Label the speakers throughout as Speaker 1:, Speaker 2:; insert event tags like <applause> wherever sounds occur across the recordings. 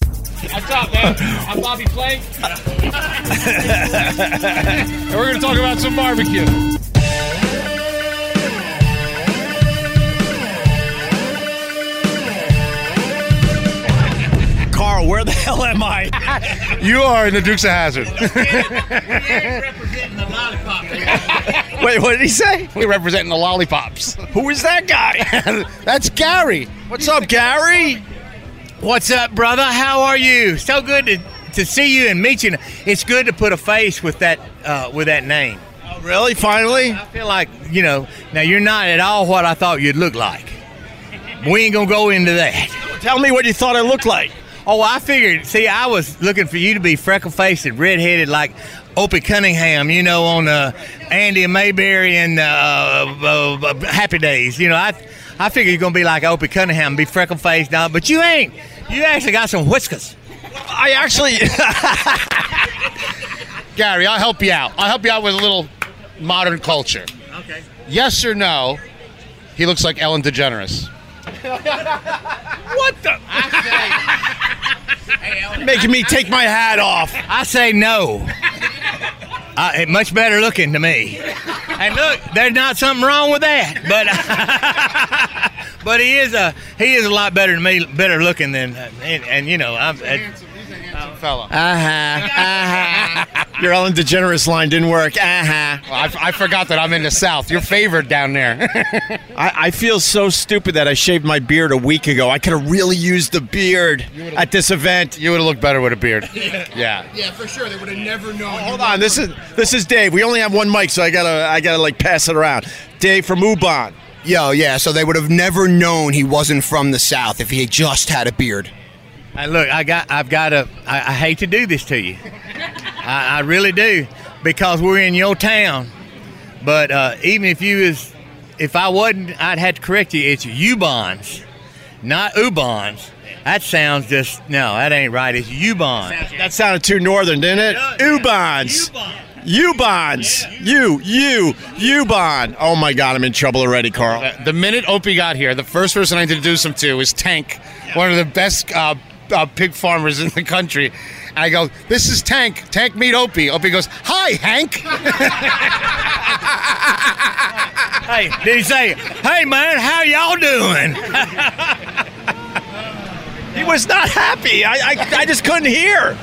Speaker 1: What's up, man? I'm Bobby Flay. and we're going to talk about some barbecue.
Speaker 2: Carl, where the <laughs> hell am
Speaker 3: <laughs>
Speaker 2: I?
Speaker 3: You are in the Dukes of Hazard.
Speaker 1: representing the lollipop.
Speaker 2: <laughs> Wait, what did he say?
Speaker 3: We're representing the lollipops.
Speaker 2: Who is that guy?
Speaker 3: <laughs> That's Gary.
Speaker 2: What's up, Gary?
Speaker 4: What's up, brother? How are you? So good to, to see you and meet you. It's good to put a face with that uh, with that name.
Speaker 2: Oh, really? Finally?
Speaker 4: I feel like you know now you're not at all what I thought you'd look like. We ain't gonna go into that.
Speaker 2: Tell me what you thought I looked like.
Speaker 4: Oh, I figured. See, I was looking for you to be freckle faced and redheaded like Opie Cunningham, you know, on uh, Andy and Mayberry and uh, uh, uh, Happy Days. You know, I I figured you're gonna be like Opie Cunningham, be freckle faced, but you ain't. You actually got some whiskers.
Speaker 2: I actually, <laughs>
Speaker 3: Gary, I'll help you out. I'll help you out with a little modern culture.
Speaker 4: Okay.
Speaker 3: Yes or no, he looks like Ellen DeGeneres.
Speaker 2: making me take my hat off.
Speaker 4: I say no. Uh, it much better looking to me. And look, there's not something wrong with that, but but <laughs> he is a he is a lot better than me, better looking than and, and you know I'm. Uh
Speaker 3: Fella.
Speaker 4: huh.
Speaker 3: Uh-huh.
Speaker 4: Uh huh.
Speaker 2: Your Ellen DeGeneres line didn't work. Uh huh.
Speaker 3: uh-huh. Well, I, I forgot that I'm in the South. You're favored down there. <laughs>
Speaker 2: I, I feel so stupid that I shaved my beard a week ago. I could have really used the beard at this event.
Speaker 3: you would have looked better with a beard. Yeah.
Speaker 1: yeah, for sure. They would have never known.
Speaker 2: Hold on, this is this is Dave. We only have one mic, so I gotta I gotta like pass it around. Dave from Ubon.
Speaker 5: Yo, yeah, so they would have never known he wasn't from the South if he had just had a beard.
Speaker 4: And Uh, look, I got I've got a I, I hate to do this to you. I, I really do because we're in your town. But uh, even if you is if I wasn't, I'd have to correct you. It's U-bonds, not U-bonds. That sounds just no, that ain't right. It's U-bonds.
Speaker 2: That sounded too northern, didn't it? Ubons. Ubons. You, you, Ubon. Oh my god, I'm in trouble already, Carl.
Speaker 3: Uh, The minute Opie got here, the first person I introduced him to was Tank, one of the best uh, uh, pig farmers in the country. And I go, "This is Tank. Tank, meet Opie." Opie goes, "Hi, Hank."
Speaker 4: <laughs> Hey, did he say, "Hey man, how y'all doing?"
Speaker 2: He was not happy. I, I, I just couldn't hear.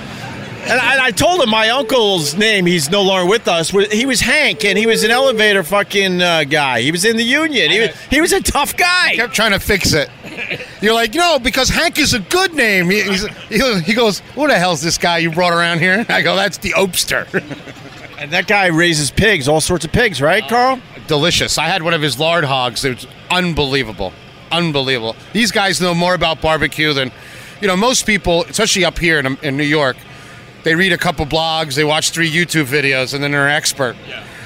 Speaker 2: And I, I told him my uncle's name. He's no longer with us. He was Hank, and he was an elevator fucking uh, guy. He was in the union. He was, he was a tough guy.
Speaker 3: Kept trying to fix
Speaker 2: <laughs>
Speaker 3: it. You're like, no, because Hank is a good name. He, he's- he, he goes, "Who the hell's this guy you brought around here?" I go, "That's the Opster." <laughs>
Speaker 2: And that guy raises pigs, all sorts of pigs, right, Carl?
Speaker 3: Uh, Delicious. I had one of his lard hogs. It was unbelievable. Unbelievable. These guys know more about barbecue than, you know, most people, especially up here in, in New York, they read a couple blogs, they watch three YouTube videos, and then they're an expert.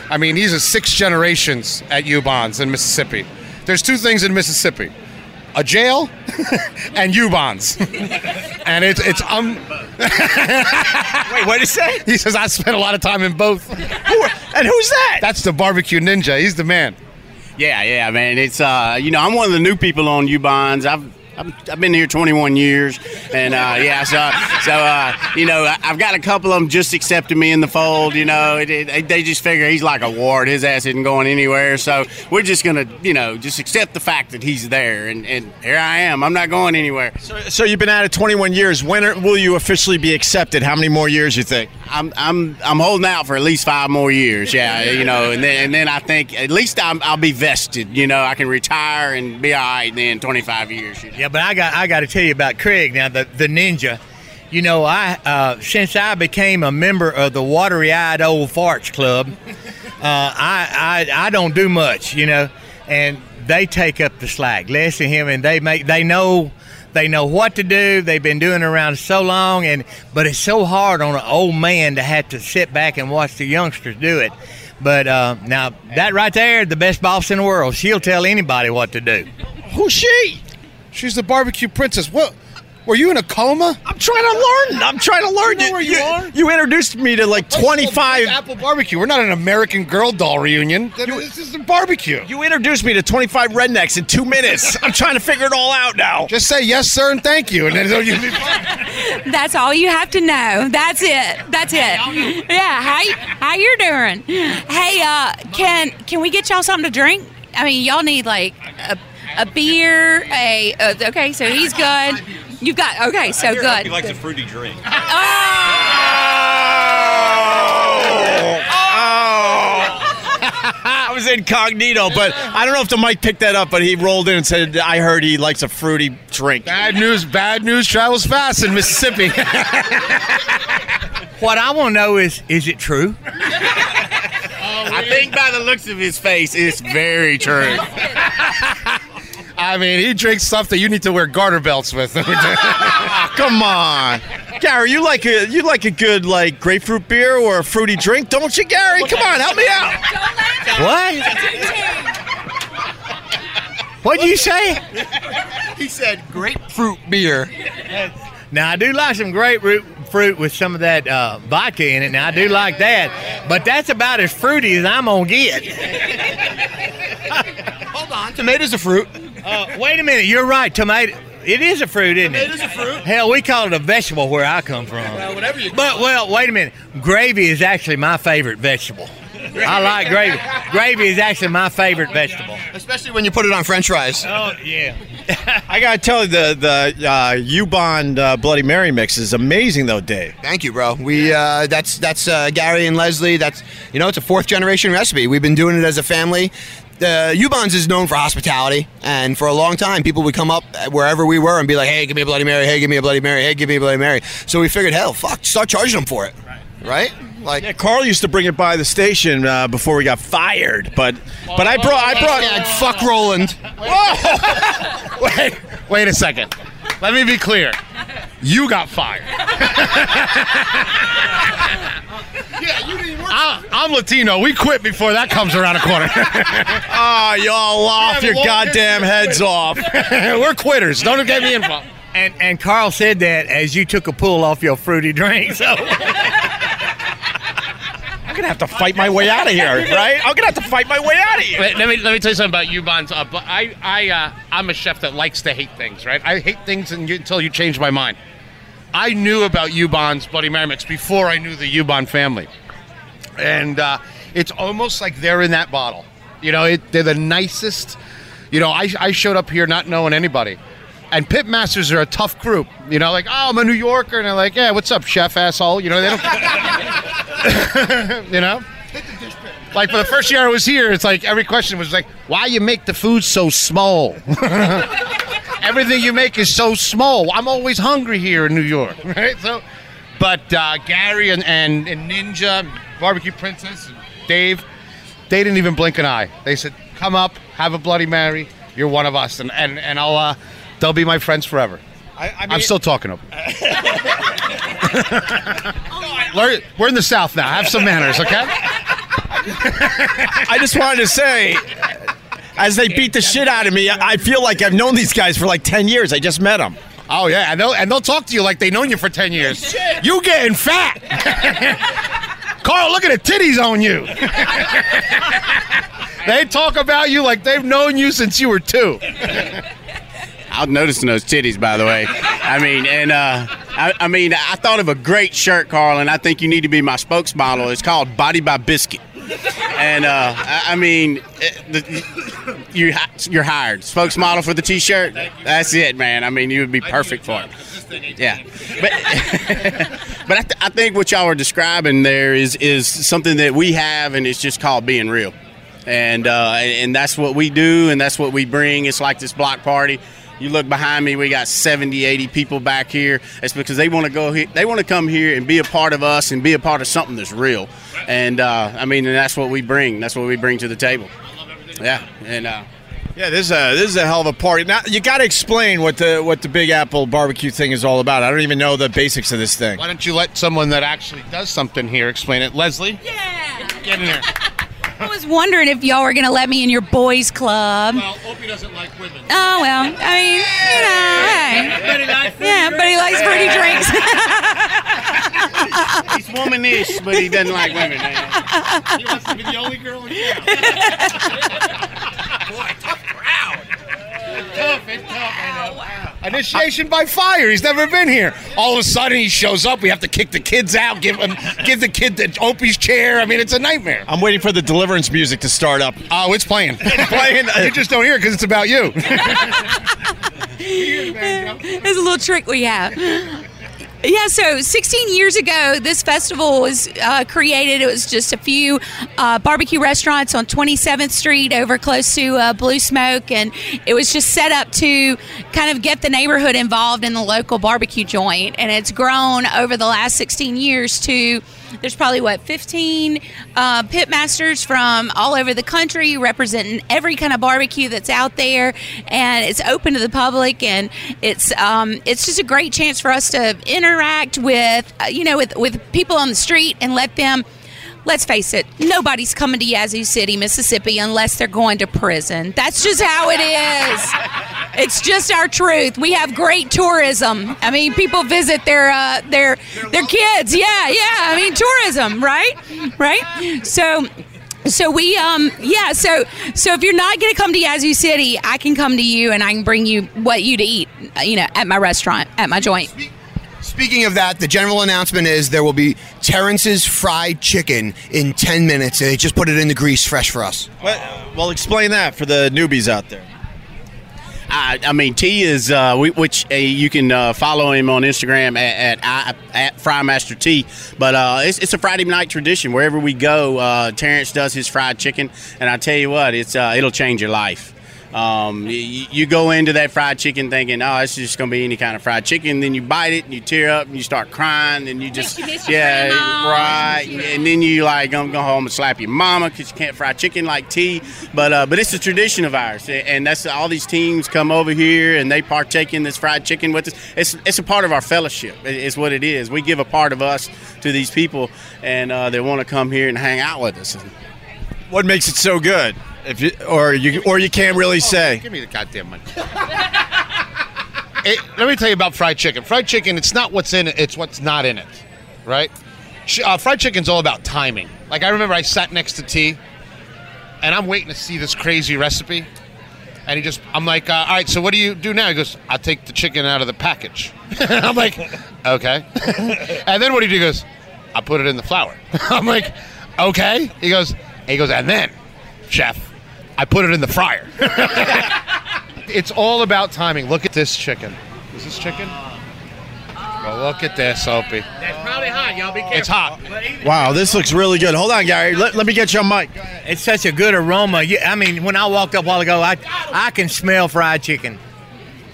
Speaker 3: I mean, these are six generations at U-Bonds in Mississippi. There's two things in Mississippi a jail <laughs> and <laughs> U-Bonds. and it's, it's, um,
Speaker 2: <laughs> Wait, what did he say?
Speaker 3: <laughs> he says, I spent a lot of time in both.
Speaker 2: Who- and who's that?
Speaker 3: That's the barbecue ninja. He's the man.
Speaker 6: Yeah, yeah, man. It's uh, you know, I'm one of the new people on Ubonds. I've I've, I've been here 21 years, and uh, yeah, so so uh, you know, I- I've got a couple of them just accepting me in the fold. You know, it, it, they just figure he's like a ward. His ass isn't going anywhere, so we're just gonna you know just accept the fact that he's there, and and here I am. I'm not going anywhere.
Speaker 2: So, so you've been at it 21 years. When are, will you officially be accepted? How many more years you think?
Speaker 6: I'm I'm I'm holding out for at least five more years. Yeah, you know, and then and then I think at least I'm, I'll be vested. You know, I can retire and be all right then. 25 years. You know?
Speaker 4: Yeah, but I got I got to tell you about Craig now, the the ninja. You know, I uh, since I became a member of the Watery Eyed Old Farts Club, uh, I, I I don't do much, you know, and they take up the slack. Les and him, and they make they know they know what to do. They've been doing it around so long, and but it's so hard on an old man to have to sit back and watch the youngsters do it. But uh, now that right there, the best boss in the world. She'll tell anybody what to do.
Speaker 2: Who's she?
Speaker 3: She's the barbecue princess. What? Were you in a coma?
Speaker 2: I'm trying to learn. I'm trying to learn.
Speaker 3: know where you are?
Speaker 2: You introduced me to like
Speaker 3: It's
Speaker 2: 25.
Speaker 3: called Apple Barbecue. We're not an American Girl doll reunion. this is a barbecue.
Speaker 2: You introduced me to 25 rednecks in two minutes. I'm trying to figure it all out
Speaker 3: <laughs>
Speaker 2: now.
Speaker 3: Just say yes, sir, and thank you, and then you'll be fine.
Speaker 7: That's all you have to know. That's it. That's it. Yeah. How y- how you're doing? Hey, uh, can can we get y'all something to drink? I mean, y'all need like a, a beer. A uh, okay. So he's good. You've got okay. So good.
Speaker 8: He likes a fruity
Speaker 7: <laughs>
Speaker 8: drink.
Speaker 2: Oh. I was incognito, but I don't know if the mic picked that up. But he rolled in and said, "I heard he likes a fruity drink."
Speaker 9: Bad news. Bad news travels fast in Mississippi.
Speaker 4: What I want to know is, is it true?
Speaker 6: I think by the looks of his face, it's very
Speaker 3: <laughs>
Speaker 6: true.
Speaker 9: I mean, he drinks stuff that you need to wear garter belts
Speaker 3: <laughs>
Speaker 9: with.
Speaker 2: Ah, Come on, Gary, you like a you like a good like grapefruit beer or a fruity drink, don't you, Gary? Come on, help me out.
Speaker 5: <laughs>
Speaker 4: What? What'd you say?
Speaker 5: He said grapefruit beer.
Speaker 4: Now I do like some grapefruit fruit with some of that uh, vodka in it. Now I do like that, but that's about as fruity as I'm gonna get.
Speaker 5: Hold on, tomatoes a fruit.
Speaker 4: Uh, wait a minute, you're right. Tomato, it is a fruit, isn't it?
Speaker 5: Tomatoes a fruit.
Speaker 4: Hell, we call it a vegetable where I come from. Well,
Speaker 5: whatever you
Speaker 4: But well, wait a minute. Gravy is actually my favorite vegetable. I like gravy. Gravy is actually my favorite vegetable.
Speaker 5: Especially when you put it on French fries.
Speaker 4: Oh yeah.
Speaker 2: I gotta tell you, the the uh, U-Bond uh, Bloody Mary mix is amazing, though, Dave.
Speaker 5: Thank you, bro. We uh, that's that's uh, Gary and Leslie. That's you know it's a fourth generation recipe. We've been doing it as a family. The Ubon's is known for hospitality, and for a long time, people would come up wherever we were and be like, "Hey, give me a Bloody Mary. Hey, give me a Bloody Mary. Hey, give me a Bloody Mary." So we figured, hell, fuck, start charging them for it, right? Like,
Speaker 2: Yeah, Carl used to bring it by the station uh, before we got fired, but but I brought I brought
Speaker 5: Hashtag fuck Roland.
Speaker 9: <laughs> wait, wait a second. Let me be clear. You got fired. <laughs>
Speaker 10: Yeah, you didn't work.
Speaker 9: I, I'm Latino. We quit before that comes around a corner. <laughs>
Speaker 2: Ah, y'all off
Speaker 9: have a
Speaker 2: your
Speaker 9: long
Speaker 2: goddamn
Speaker 9: history
Speaker 2: heads off. <laughs>
Speaker 9: We're quitters. Don't get me involved.
Speaker 4: And and Carl said that as you took a pull off your fruity drink.
Speaker 2: <laughs>
Speaker 4: So
Speaker 2: I'm gonna have to fight my way out of here, right? I'm gonna have to fight my way out of here.
Speaker 3: Wait, let me let me tell you something about you, Bonds. Uh, but I I uh, I'm a chef that likes to hate things, right? I hate things and you, until you change my mind. I knew about Ubon's Bloody Mary mix before I knew the Ubon family, and uh, it's almost like they're in that bottle. You know, it, they're the nicest. You know, I, I showed up here not knowing anybody, and pitmasters are a tough group. You know, like oh, I'm a New Yorker, and they're like, yeah, what's up, chef asshole? You know, they don't.
Speaker 4: <laughs>
Speaker 3: <laughs> you know, like for the first year I was here, it's like every question was like, "Why you make the food so small? <laughs> Everything you make <laughs> is so small. I'm always hungry here in New York, right?" So, but uh, Gary and, and and Ninja, Barbecue Princess, and Dave, they didn't even blink an eye. They said, "Come up, have a Bloody Mary. You're one of us," and and and I'll uh, they'll be my friends forever. <laughs> I, am still talking
Speaker 2: <laughs>
Speaker 3: to them. Learn- We're in the South now. Have some manners, okay?
Speaker 2: I just wanted to say, as they beat the shit out of me, I feel like I've known these guys for like ten years. I just met them.
Speaker 9: Oh yeah, and they'll and they'll talk to you like they known you for
Speaker 10: <laughs>
Speaker 9: ten years. You getting fat, Carl? Look at the titties on you. they talk about you like they've known you since you were two.
Speaker 6: I was noticing those titties, by the way. I mean, and uh, I, I mean, I thought of a great shirt, Carl, and I think you need to be my spokesmodel. It's called Body by Biscuit, and uh, I, I mean, it, the, you hi- you're hired spokesmodel for the T-shirt. That's it, man. I mean, you would be perfect for it. Yeah, but but <laughs> I, th- I think what y'all are describing there is is something that we have, and it's just called being real and uh, and and that's what we do and that's what we bring it's like this block party you look behind me we got 70 80 people back here it's because they want to go here they want to come here and be a part of us and be a part of something that's real and uh, i mean and that's what we bring that's what we bring to the table yeah and uh,
Speaker 2: Yeah, this is a this is a hell of a party. Now you got to explain what the what the Big Apple barbecue thing is all about. I don't even know the basics of this thing.
Speaker 9: Why don't you let someone that actually does something here explain
Speaker 10: <laughs>
Speaker 9: it, Leslie?
Speaker 7: Yeah.
Speaker 9: Get in here.
Speaker 7: I was wondering if y'all were gonna let me in your boys' club.
Speaker 9: Well, Opie doesn't like women.
Speaker 7: Oh well. I mean, you know, hey. Yeah, but he likes fruity drinks.
Speaker 9: <laughs>
Speaker 6: he's womanish but he doesn't like women man.
Speaker 10: He wants to be the only girl in
Speaker 9: <laughs>
Speaker 10: town. Boy, tough crowd. Tough and tough. I know.
Speaker 11: Initiation by fire. He's never been here. All of a sudden, he shows up. We have to kick the kids out. Give him, give the kid the Opie's chair. I mean, it's a nightmare.
Speaker 12: I'm waiting for the deliverance music to start up.
Speaker 11: Oh, it's playing. It's playing. <laughs> you just don't hear it because it's about you.
Speaker 7: There's a little trick we have. Yeah, so 16 years ago, this festival was uh, created. It was just a few uh, barbecue restaurants on 27th Street over close to uh, Blue Smoke, and it was just set up to kind of get the neighborhood involved in the local barbecue joint. And it's grown over the last 16 years to there's probably what 15 uh, pitmasters from all over the country representing every kind of barbecue that's out there and it's open to the public and it's um, it's just a great chance for us to interact with uh, you know with with people on the street and let them Let's face it, nobody's coming to Yazoo City, Mississippi, unless they're going to prison. That's just how it is. It's just our truth. We have great tourism. I mean, people visit their uh, their their kids. Yeah, yeah. I mean, tourism, right? Right. So. So we, um, yeah. So, so if you're not gonna come to Yazoo City, I can come to you and I can bring you what you to eat, uh, you know, at my restaurant, at my joint.
Speaker 5: Speaking of that, the general announcement is there will be Terrence's fried chicken in 10 minutes. They just put it in the grease fresh for us.
Speaker 12: What? Well, explain that for the newbies out there.
Speaker 6: I, I mean, T is uh, we, which uh, you can uh, follow him on Instagram at at, I, at Frymaster T. But uh, it's, it's a Friday night tradition wherever we go. Uh, Terrence does his fried chicken, and I tell you what, it's uh, it'll change your life. Um, you, you go into that fried chicken thinking, oh, it's just going to be any kind of fried chicken. Then you bite it and you tear up and you start crying. Then you just,
Speaker 7: you miss your
Speaker 6: yeah,
Speaker 7: grandma.
Speaker 6: right. And then you like, I'm going to go home and slap your mama because you can't fry chicken like tea. But uh, but it's a tradition of ours. And that's all these teams come over here and they partake in this fried chicken with us. It's, it's a part of our fellowship, It- it's what it is. We give a part of us to these people and uh, they want to come here and hang out with us.
Speaker 12: What makes it so good? If you, or you or you can't really
Speaker 6: <laughs>
Speaker 12: say.
Speaker 3: Give me the goddamn money. It- let me tell you about fried chicken. Fried chicken, it's not what's in it, it's what's not in it, right? Ch- Uh, fried chicken's all about timing. Like, I remember I sat next to T, and I'm waiting to see this crazy recipe. And he just, I'm like, uh, all right, so what do you do now? He goes, I take the chicken out of the package. <laughs> I'm like, okay. and then what do you do? He goes, I put it in the flour. <laughs> I'm like, okay. He goes, he goes, and then, chef, I put it in the fryer. It's all about timing. Look at this chicken. Is this chicken? Well, look at this, Opie.
Speaker 1: That's probably hot, y'all. Be careful.
Speaker 3: It's hot.
Speaker 12: Wow, this looks really good. Hold on, Gary. Let, let me get you a mic.
Speaker 13: It's such a good aroma. You, I mean, when I walked up a while ago, I I can smell fried chicken.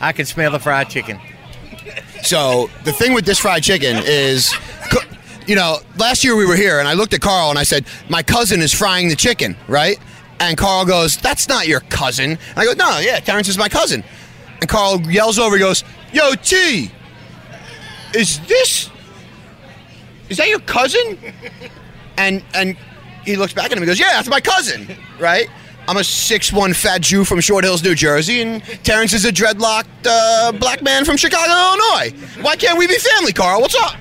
Speaker 13: I can smell the fried chicken.
Speaker 5: So the thing with this fried chicken is, co- you know, last year we were here and I looked at Carl and I said, my cousin is frying the chicken, right? And Carl goes, that's not your cousin. And I go, no, yeah, Terrence is my cousin. And Carl yells over, he goes, yo, T, is this, is that your cousin? And and he looks back at him and goes, yeah, that's my cousin, right? I'm a 6'1 fat Jew from Short Hills, New Jersey, and Terrence is a dreadlocked uh, black man from Chicago, Illinois. Why can't we be family, Carl? What's up?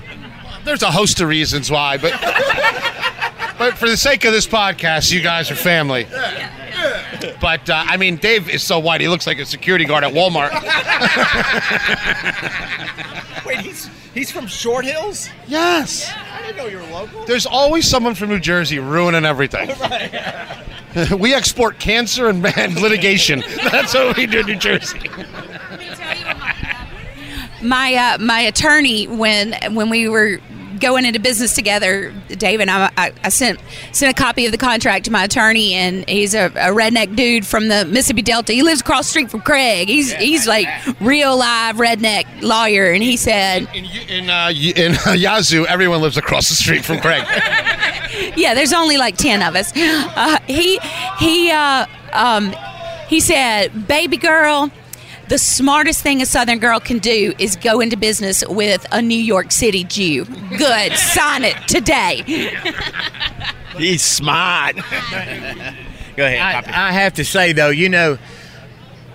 Speaker 3: There's a host of reasons why, but
Speaker 1: <laughs>
Speaker 3: but for the sake of this podcast, you guys are family. But uh, I mean, Dave is so white; he looks like a security guard
Speaker 1: <laughs>
Speaker 3: at Walmart.
Speaker 12: <laughs> Wait, he's he's from Short Hills.
Speaker 3: Yes.
Speaker 12: I didn't know you were local.
Speaker 3: There's always someone from New Jersey ruining everything. <laughs> we export cancer and, and litigation. <laughs> That's what we do in New Jersey.
Speaker 7: my uh, my attorney when when we were going into business together, Dave and I, I, I sent sent a copy of the contract to my attorney, and he's a, a redneck dude from the Mississippi Delta. He lives across the street from Craig. He's he's like real live redneck lawyer, and he said,
Speaker 3: In, in, uh, in <laughs> Yazoo, everyone lives across the street from Craig.
Speaker 7: yeah, there's only like ten of us. Uh, he he uh, um, he said, "Baby girl, the smartest thing a Southern girl can do is go into business with a New York City Jew. Good, sign it today."
Speaker 12: He's smart.
Speaker 6: Go ahead,
Speaker 13: I, I have to say though, you know,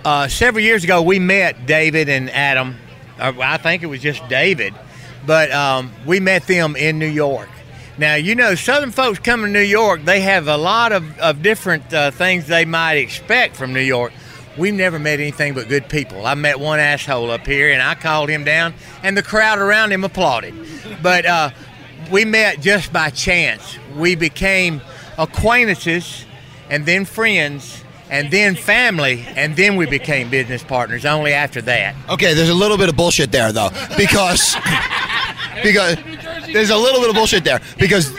Speaker 13: uh, several years ago we met David and Adam. Uh, I think it was just David, but um, we met them in New York. Now you know, Southern folks come to New York. They have a lot of of different uh, things they might expect from New York.
Speaker 4: We've never met anything but good people. I met one asshole up here, and I called him down, and the crowd around him applauded. But uh, we met just by chance. We became acquaintances, and then friends, and then family, and then we became business partners. Only after that.
Speaker 5: Okay, there's a little bit of bullshit there though, because because there's a little bit of bullshit there because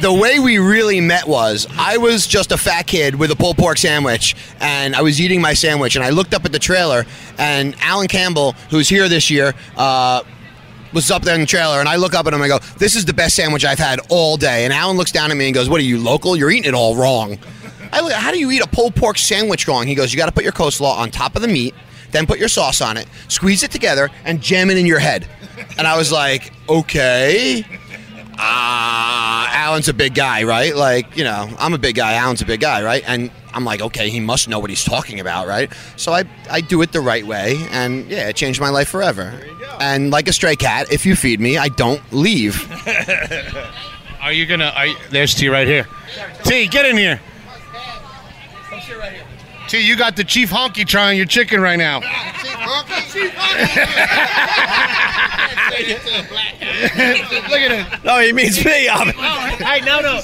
Speaker 5: the way we really met was I was just a fat kid with a pulled pork sandwich and I was eating my sandwich and I looked up at the trailer and Alan Campbell, who's here this year, uh, was up there in the trailer and I look up at him and I go, "This is the best sandwich I've had all day." And Alan looks down at me and goes, "What are you local? You're eating it all wrong." I look, "How do you eat a pulled pork sandwich wrong?" He goes, "You got to put your coleslaw on top of the meat, then put your sauce on it, squeeze it together, and jam it in your head." And I was like, "Okay." Ah, Alan's a big guy, right? Like, you know, I'm a big guy. Alan's a big guy, right? And I'm like, okay, he must know what he's talking about, right? So I, I do it the right way, and yeah, it changed my life forever. And like a stray cat, if you feed me, I don't leave.
Speaker 3: Are you gonna? Are you, there's T right here. T, get in here. T, you got the chief honky trying your chicken right now. Look at him.
Speaker 14: No, he means me. I'm,
Speaker 3: Hey, no, no.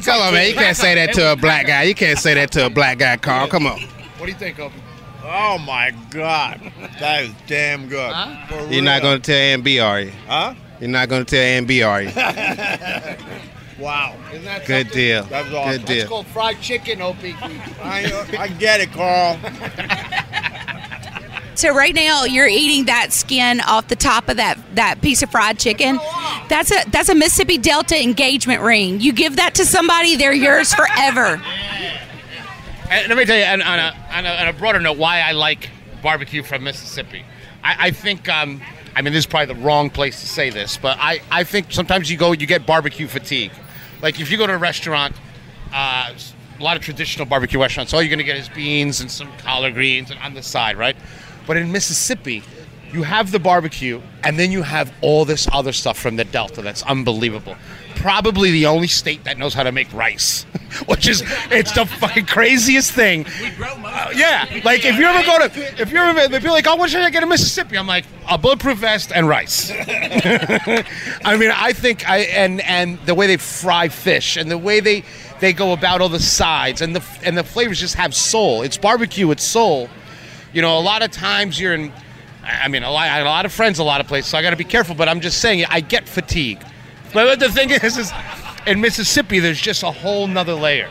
Speaker 15: Tell him, man, you can't say that to a black guy. You can't say that to a black guy, Carl. Come on.
Speaker 3: What do you think, Opie?
Speaker 15: Oh my God, that is damn good. You're not gonna tell AMB, are you? Huh? You're not gonna tell AMB, <laughs> are you?
Speaker 2: Wow.
Speaker 15: Good deal. That's awesome. Good deal.
Speaker 2: called fried chicken, Opie.
Speaker 14: uh,
Speaker 15: I, I get it, Carl.
Speaker 7: So right now you're eating that skin off the top of that that piece of fried chicken. That's a that's a Mississippi Delta engagement ring. You give that to somebody, they're yours forever.
Speaker 3: And let me tell you, on, on, a, on, a, on a broader note, why I like barbecue from Mississippi. I, I think, um, I mean, this is probably the wrong place to say this, but I, I think sometimes you go, you get barbecue fatigue. Like if you go to a restaurant, uh, s- a lot of traditional barbecue restaurants, all you're going to get is beans and some collard greens and on the side, right? But in Mississippi, you have the barbecue, and then you have all this other stuff from the Delta that's unbelievable. Probably the only state that knows how to make rice, <laughs> which is it's the fucking craziest thing. We grow yeah, like if you ever go to if you ever they'd be like, oh, what should I get in Mississippi? I'm like a bulletproof vest and rice. <laughs> I mean, I think I and and the way they fry fish and the way they they go about all the sides and the and the flavors just have soul. It's barbecue, it's soul. You know, a lot of times you're in. I I mean, a lot, I have a lot of friends, a lot of places. So I got to be careful. But I'm just saying, I get fatigued. But what the thing is, is in Mississippi, there's just a whole nother layer.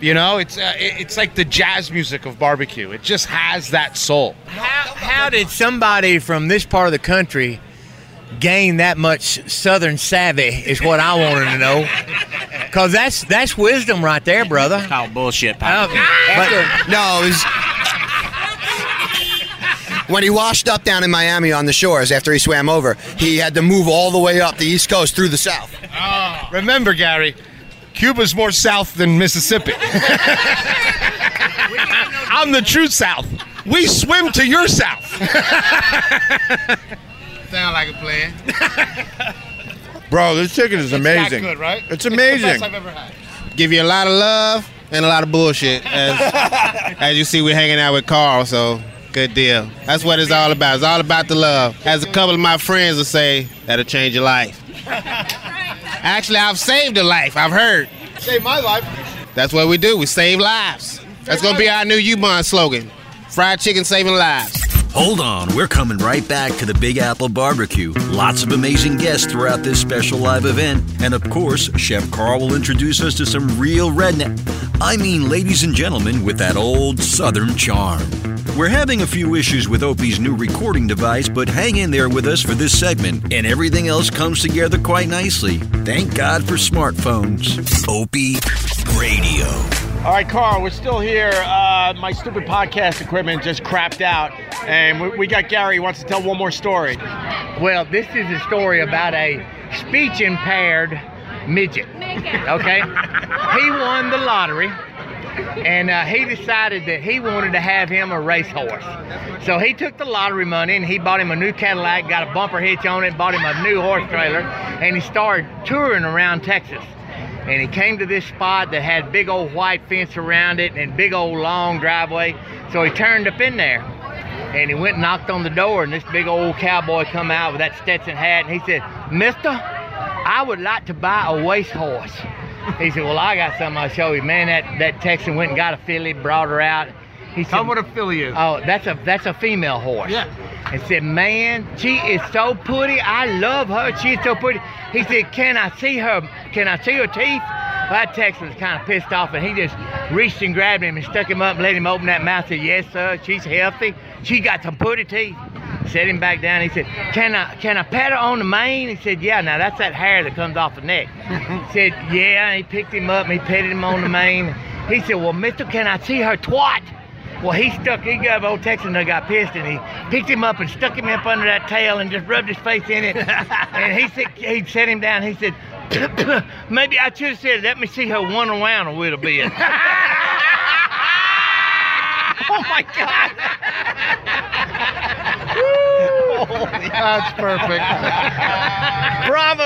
Speaker 3: You know, it's uh, it- it's like the jazz music of barbecue. It just has that soul.
Speaker 4: How, how did somebody from this part of the country gain that much Southern savvy? Is what I wanted to know. Cause that's that's wisdom right there, brother.
Speaker 16: Oh, bullshit, Pop.
Speaker 4: Um, but
Speaker 5: No, it was. When he washed up down in Miami on the shores after he swam over, he had to move all the way up the East Coast through the South.
Speaker 15: Oh.
Speaker 3: Remember, Gary, Cuba's more south
Speaker 15: <laughs>
Speaker 3: than Mississippi. I'm the true South. We swim to your South.
Speaker 15: Sound like a plan.
Speaker 9: Bro, this chicken is amazing.
Speaker 3: good, right?
Speaker 9: It's amazing.
Speaker 3: ever had.
Speaker 15: Give you a lot of love and a lot of bullshit.
Speaker 3: <laughs>
Speaker 15: As, as you see, we're hanging out with Carl, so good deal. That's what it's all about. It's all about the love. As a couple of my friends will say, that'll change your
Speaker 3: <laughs>
Speaker 15: life. Actually, I've saved a life. I've heard.
Speaker 2: Save my life.
Speaker 15: That's what we do. We save lives. That's gonna be our new U-Bun slogan: fried chicken saving lives.
Speaker 8: Hold on, we're coming right back to the Big Apple Barbecue. Lots of amazing guests throughout this special live event. And of course, Chef Carl will introduce us to some real redneck. I mean, ladies and gentlemen, with that old southern charm. We're having a few issues with Opie's new recording device, but hang in there with us for this segment, and everything else comes together quite nicely. Thank God for smartphones. Opie Radio.
Speaker 2: All right, Carl, we're still here. Uh, my stupid podcast equipment just crapped out, and we, we got Gary who wants to tell one more story.
Speaker 4: well, this is a story about a speech impaired midget. Okay, he won the lottery. And uh, he decided that he wanted to have him a racehorse. So he took the lottery money and he bought him a new Cadillac, got a bumper hitch on it, bought him a new horse trailer, and he started touring around Texas. And he came to this spot that had big old white fence around it and big old long driveway. So he turned up in there and he went and knocked on the door and this big old cowboy come out with that Stetson hat and he said, Mister, I would like to buy a waste horse. He said, Well, I got something I'll show you. Man, that, that Texan went and got a filly, brought her out. He said, Tell what a filly is. Oh, that's a that's a female horse. Yeah. And said, Man, she is so pretty. I love her. She's so pretty. He said, Can I see her? Can I see her teeth? Well, that Texan was kind of pissed off, and he just reached and grabbed him and stuck him up and let him open that mouth. Said, "Yes, sir. She's healthy. She got some pretty teeth." Set him back down. He said, "Can I can I pat her on the mane?" He said, "Yeah. Now that's that hair that comes off the neck." He said, "Yeah." And he picked him up and he petted him on the mane. He said, "Well, Mister, can I see her twat?" Well, he stuck, he got old Texan that got pissed and he picked him up and stuck him up under that tail and just rubbed his face
Speaker 3: <laughs>
Speaker 4: in it. and he said, he set him down. He said, <coughs> maybe I should have said, let me see her one around a little
Speaker 3: <laughs>
Speaker 4: bit. <laughs> oh my God.
Speaker 3: <laughs> That's <laughs> perfect.
Speaker 2: Bravo!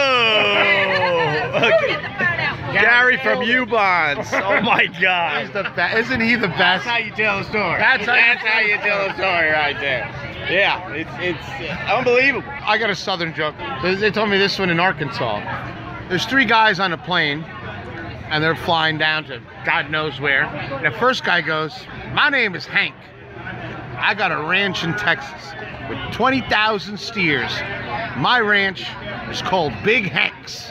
Speaker 2: Gary from U Bonds. Oh my God!
Speaker 3: He's the best. Isn't he the
Speaker 6: That's how you tell a story.
Speaker 3: That's how you
Speaker 6: how you tell a story right there. Yeah, it's it's uh, unbelievable.
Speaker 3: I got a southern joke. They- They told me this one in Arkansas. There's three guys on a plane, and they're flying down to God knows where. The first guy goes, "My name is Hank. I got a ranch in Texas with 20,000 steers. My ranch is called Big Hank's."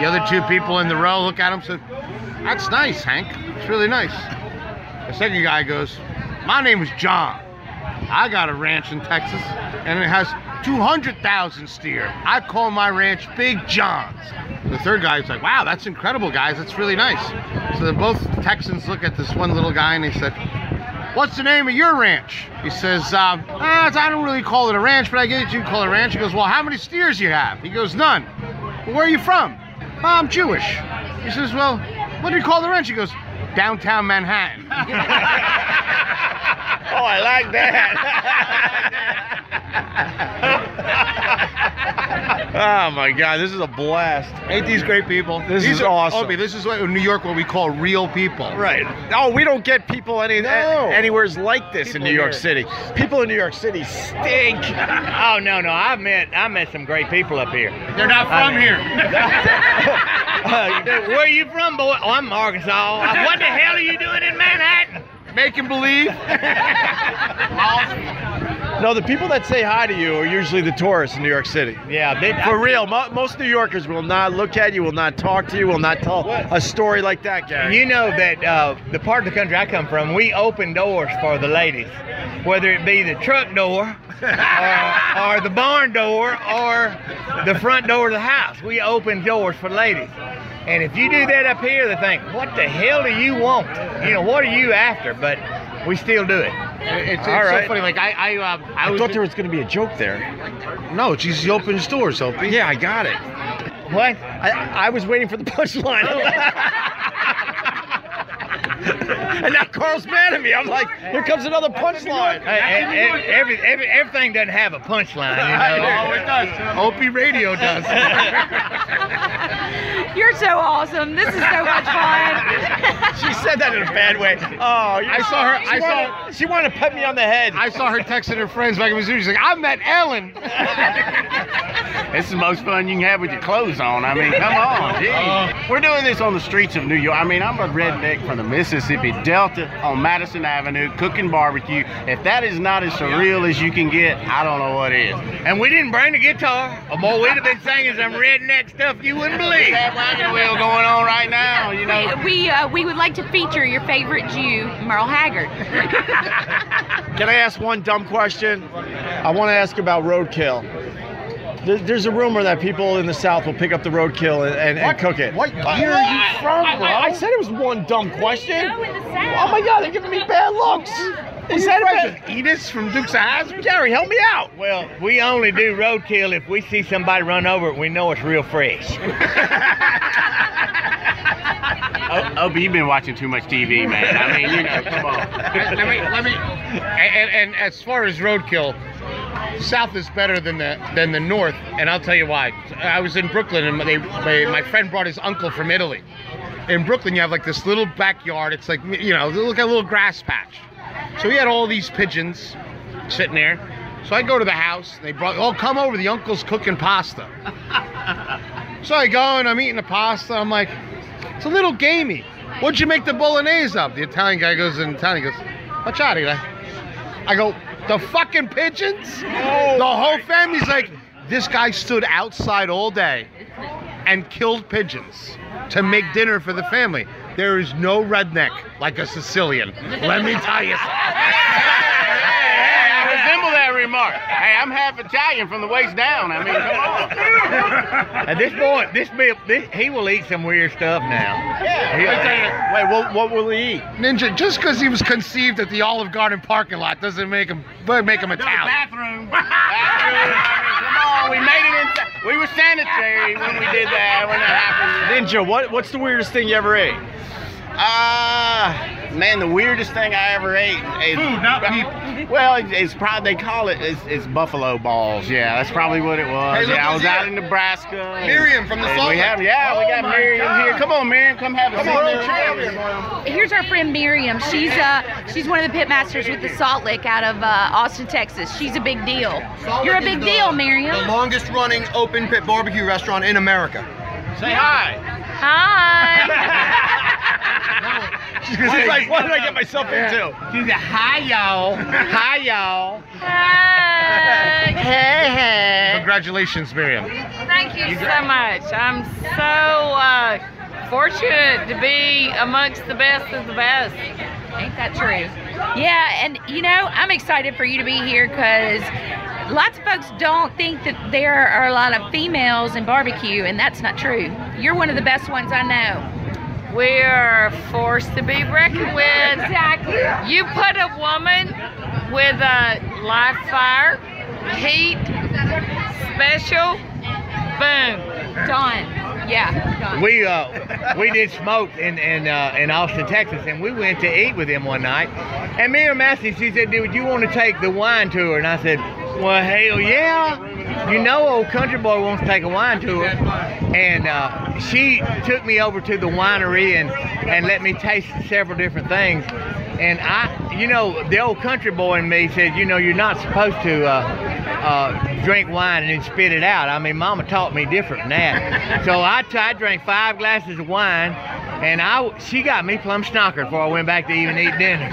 Speaker 3: The other two people in the row look at him and say, "That's nice, Hank. It's really nice." The second guy goes, "My name is John." I got a ranch in Texas, and it has 200,000 steer. I call my ranch Big John's. The third guy's like, wow, that's incredible, guys. That's really nice. So then both Texans look at this one little guy, and they said, what's the name of your ranch? He says, um, "Ah, I don't really call it a ranch, but I get it you call it a ranch. He goes, well, how many steers you have? He goes, none. Well, where are you from? "Well, I'm Jewish. He says, well, what do you call the ranch? He goes, downtown Manhattan.
Speaker 2: <laughs> Oh, I like that. oh my God, this is a blast.
Speaker 3: Ain't these great people?
Speaker 2: This
Speaker 3: These
Speaker 2: is
Speaker 3: are,
Speaker 2: awesome.
Speaker 3: Obie, this is what in New York what we call real people.
Speaker 2: Right. Oh, we don't get people any
Speaker 3: No.
Speaker 2: anywhere's like this in
Speaker 3: People
Speaker 2: New York
Speaker 3: here.
Speaker 2: City. People in New York City stink.
Speaker 4: oh no, no, I met I met some great people up here.
Speaker 3: They're not
Speaker 4: I
Speaker 3: from
Speaker 4: mean- <laughs> Uh, where are you from, boy? Oh, I'm Arkansas. uh, What the hell are you doing in Manhattan?
Speaker 3: Making believe.
Speaker 4: <laughs>
Speaker 2: No, the people that say hi to you are usually the tourists in New York City.
Speaker 4: Yeah, they,
Speaker 2: For real, mo- most New Yorkers will not look at you, will not talk to you, will not tell a story like that, Gary.
Speaker 4: You know that uh, the part of the country I come from, we open doors for the ladies, whether it be the truck door, or, or the barn door, or the front door of the house. We open doors for ladies. And if you do that up here, they think, "What the hell do you want? You know, what are you after?" But we still do it.
Speaker 3: It's, it's
Speaker 2: All right.
Speaker 3: so funny. Like I, I, um, I,
Speaker 2: I,
Speaker 3: was.
Speaker 2: thought there was going to be a joke there.
Speaker 3: no, she's the open stores, Opie.
Speaker 2: Yeah, I got it.
Speaker 4: What?
Speaker 2: I, I was waiting for the punchline.
Speaker 3: Oh.
Speaker 2: <laughs> and now Carl's mad at me. I'm like, here comes another punchline.
Speaker 4: Hey, e- e- every, every, everything doesn't have a punchline. You know?
Speaker 3: Oh, it does. Opie Radio does.
Speaker 7: <laughs> You're so awesome. This is so much fun.
Speaker 2: <laughs> She said that in a bad way. Oh, you
Speaker 3: I saw her-
Speaker 2: She
Speaker 3: I saw-
Speaker 2: wanted- She wanted to pet me on the head.
Speaker 3: I saw her texting her friends back in Missouri. She's like, I met Ellen. <laughs>
Speaker 6: It's the most fun you can have with your clothes on. I mean, come
Speaker 3: <laughs>
Speaker 6: on.
Speaker 3: Uh-huh.
Speaker 6: Geez. We're doing this on the streets of New York. I mean, I'm a redneck from the Mississippi Delta on Madison Avenue, cooking barbecue. If that is not as surreal as you can get, I don't know what is.
Speaker 4: And we didn't bring the guitar. Or boy, we'd have been singing some redneck stuff you wouldn't believe.
Speaker 6: That wagon wheel going on right now, you know.
Speaker 7: we
Speaker 4: <laughs>
Speaker 7: we, uh, we would like to feature your favorite Jew, Merle Haggard.
Speaker 2: Can I ask one dumb question? I want to ask about roadkill. There- There's a rumor that people in the South will pick up the roadkill and, and, and cook it. Uh,
Speaker 3: What year are you from,
Speaker 2: I,
Speaker 3: bro?
Speaker 2: I- I said it was one dumb question.
Speaker 7: No, in the
Speaker 2: Oh my God, they're giving me bad looks. Is that bad?
Speaker 3: Edith's from Dukes of Hazzard?
Speaker 2: Gary, help me out.
Speaker 4: Well, we only do roadkill if we see somebody run over it, we know it's real <laughs> fresh.
Speaker 6: <laughs> Oh, Opie, you've been watching too much TV, man. I mean, you know, come on.
Speaker 3: let me, let me. And, and, and as far as roadkill, South is better than the than the North, and I'll tell you why. I was in Brooklyn, and they, my, my friend brought his uncle from Italy. In Brooklyn, you have like this little backyard. It's like you know, look at a little grass patch. So he had all these pigeons sitting there. So I go to the house. They brought, oh, come over. The uncle's cooking pasta. so I go and I'm eating the pasta. I'm like, it's a little gamey. What'd you make the bolognese of? The Italian guy goes in Italian. He goes, watch out, Eli. I go, the fucking pigeons? the whole family's like, this guy stood outside all day and killed pigeons to make dinner for the family. There is no redneck like a Sicilian. Let me tell you.
Speaker 6: I resemble that remark. Hey, I'm half Italian from the waist down. I mean, come on.
Speaker 4: Now, this boy, this, bi- this he will eat some weird stuff now.
Speaker 3: Wait, what, what will he eat? Ninja, just because he was conceived at the Olive Garden parking lot doesn't make him make him Italian.
Speaker 6: Bathroom. <laughs> Come on, we made it inside. We were sanitary when we did that. When that happened.
Speaker 2: Ninja, what what's the weirdest thing you ever ate?
Speaker 3: Uh,
Speaker 6: Ah, man, the weirdest thing I ever ate is food, not people. Well, it's, it's probably they call it it's, it's buffalo balls. Yeah, that's probably what it was.
Speaker 3: Hey, look
Speaker 6: yeah, I
Speaker 3: who's
Speaker 6: was out
Speaker 3: here.
Speaker 6: in Nebraska. and-
Speaker 3: Miriam from the
Speaker 6: and
Speaker 3: Salt
Speaker 6: We
Speaker 3: Lake.
Speaker 6: have, yeah, we
Speaker 3: Oh
Speaker 6: got
Speaker 3: my
Speaker 6: Miriam
Speaker 3: God.
Speaker 6: here. Come on, Miriam, come have a
Speaker 3: Come
Speaker 6: seat.
Speaker 3: on,
Speaker 7: Here's our friend Miriam. She's uh she's one of the pitmasters with the Salt Lick out of uh, Austin, Texas. She's a big deal. You're a big deal, Miriam.
Speaker 5: The longest running open pit barbecue restaurant in America.
Speaker 6: Say
Speaker 5: <laughs>
Speaker 6: hi. <laughs>
Speaker 7: Hi.
Speaker 2: She's like, what did I get myself into?
Speaker 4: She's like, hi y'all, hi y'all.
Speaker 7: Hey.
Speaker 3: Congratulations, Miriam.
Speaker 7: Thank you so much. I'm so uh, fortunate to be amongst the best of the best. Ain't that true? Yeah, and you know, I'm excited for you to be here because lots of folks don't think that there are a lot of females in barbecue, and that's not true. You're one of the best ones I know. We are forced to be reckoned with. Exactly.
Speaker 9: You put a woman with a live fire, heat, special, boom.
Speaker 7: Done. Yeah. Done.
Speaker 4: We uh, we did smoke in in, uh, in Austin, Texas, and we went to eat with him one night. And Miriam asked me, she said, "Dude, you want to take the wine tour?" And I said, "Well, hell yeah! You know, old country boy wants to take a wine tour." And uh, she took me over to the winery and and let me taste several different things. And I, you know, the old country boy in me said, you know, you're not supposed to. Uh, uh, drink wine and then spit it out. I mean, Mama taught me different than that. so I, t- I drank five glasses of wine, and I she got me plumb snockered before I went back to even eat dinner.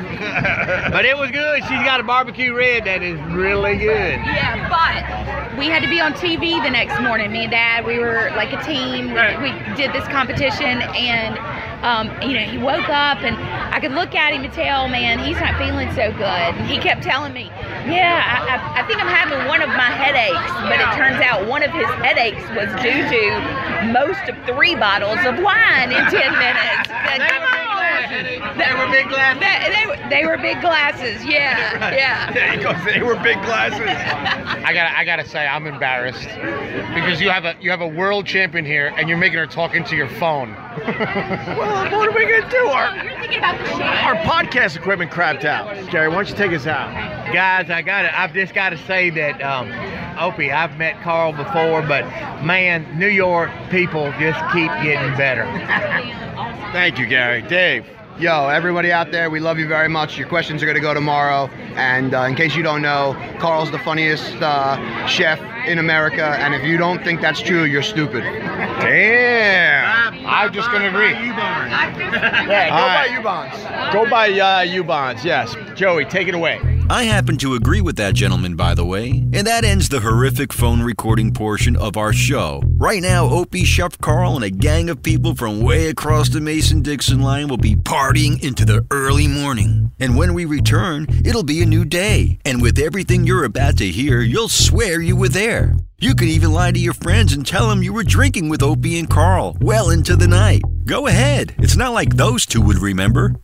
Speaker 4: but it was good. She's got a barbecue red that is really good.
Speaker 7: Yeah, but we had to be on TV the next morning. Me and Dad, we were like a team. We, we did this competition, and um, you know, he woke up, and I could look at him and tell, man, he's not feeling so good. And he kept telling me, yeah, I, I, I think I'm having one of my headaches. But it turns out one of his headaches was due to most of three bottles of wine in <laughs> ten minutes. They were big glasses. They, they were, they were big glasses. Yeah, yeah.
Speaker 3: There you go. They were big glasses.
Speaker 7: <laughs>
Speaker 3: I gotta, I gotta say, I'm embarrassed because you have a, you have a world champion here, and you're making her talk into your phone. <laughs>
Speaker 2: Well, what are we gonna do? Our,
Speaker 7: You're thinking about the shade.
Speaker 2: our podcast equipment crapped out. Gary, why don't you take us out?
Speaker 4: Guys, I got to I've just got to say that, um, Opie, I've met Carl before, but man, New York people just keep getting better.
Speaker 2: Thank you, Gary. Dave.
Speaker 5: Yo, everybody out there, we love you very much. Your questions are going to go tomorrow. And uh, in case you don't know, Carl's the funniest uh, chef in America. And if you don't think that's true, you're stupid.
Speaker 2: Damn.
Speaker 3: I'm just
Speaker 7: Uh-huh.
Speaker 3: gonna agree.
Speaker 2: Yeah, go
Speaker 5: All
Speaker 2: buy
Speaker 5: right.
Speaker 2: U bonds. Go buy uh, U bonds. Yes, Joey, take it away.
Speaker 8: I happen to agree with that gentleman, by the way. And that ends the horrific phone recording portion of our show. Right now, Opie, Chef Carl, and a gang of people from way across the Mason Dixon line will be partying into the early morning. And when we return, it'll be a new day. And with everything you're about to hear, you'll swear you were there. You can even lie to your friends and tell them you were drinking with Opie and Carl well into the night. Go ahead. It's not like those two would remember.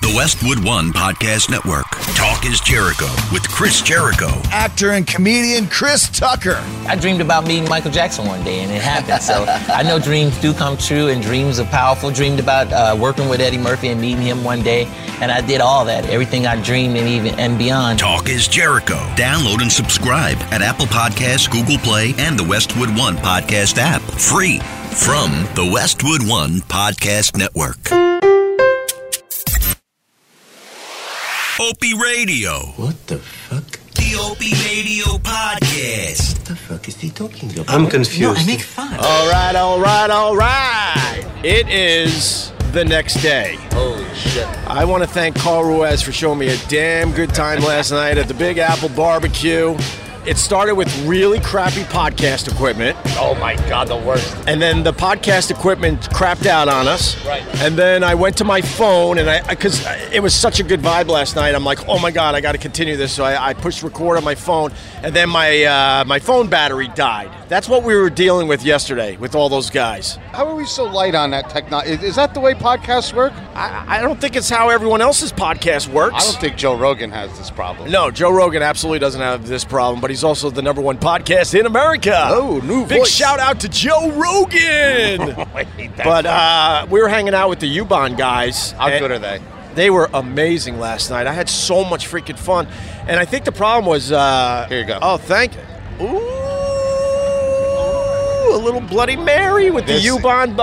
Speaker 17: The Westwood One Podcast Network. Talk is Jericho with Chris Jericho.
Speaker 18: Actor and comedian Chris Tucker. I dreamed about meeting Michael Jackson one day, and it happened. So I know dreams do come true, and dreams are powerful. Dreamed about uh, working with Eddie Murphy and meeting him one day, and I did all that. Everything I dreamed and even and beyond.
Speaker 17: Talk is Jericho. Download and subscribe at Apple Podcasts, Google Play, and the Westwood One Podcast app. Free from the Westwood One Podcast Network.
Speaker 8: Opie Radio. What the fuck? The Opie Radio Podcast. What the fuck is he talking about?
Speaker 5: I'm confused.
Speaker 8: No, I make fun.
Speaker 2: All right, all right, all right. Oh, It is the next day. Holy shit. I want to thank Carl Ruiz for showing me a damn good time last night at the Big Apple Barbecue. It started with really crappy podcast equipment.
Speaker 5: Oh my god, the worst.
Speaker 2: And then the podcast equipment crapped out on us.
Speaker 5: Right.
Speaker 2: And then I went to my phone and I, because it was such a good vibe last night, I'm like, oh my god, I got to continue this. So I, I pushed record on my phone, and then my uh, my phone battery died. That's what we were dealing with yesterday with all those guys.
Speaker 3: How are we so light on that technology? Is, is that the way podcasts work?
Speaker 2: I, I don't think it's how everyone else's podcast works.
Speaker 3: I don't think Joe Rogan has this problem.
Speaker 2: No, Joe Rogan absolutely doesn't have this problem, but he's also the number one podcast in America.
Speaker 3: Oh, new
Speaker 2: Big
Speaker 3: voice.
Speaker 2: shout out to Joe Rogan. <laughs> but uh, we were hanging out with the U-Bahn guys. How
Speaker 3: good are they?
Speaker 2: They were amazing last night. I had so much freaking fun, and I think the problem was. Uh, Here you go. Oh, thank. Ooh, a little Bloody Mary with
Speaker 3: This-
Speaker 2: the U-Bahn uh,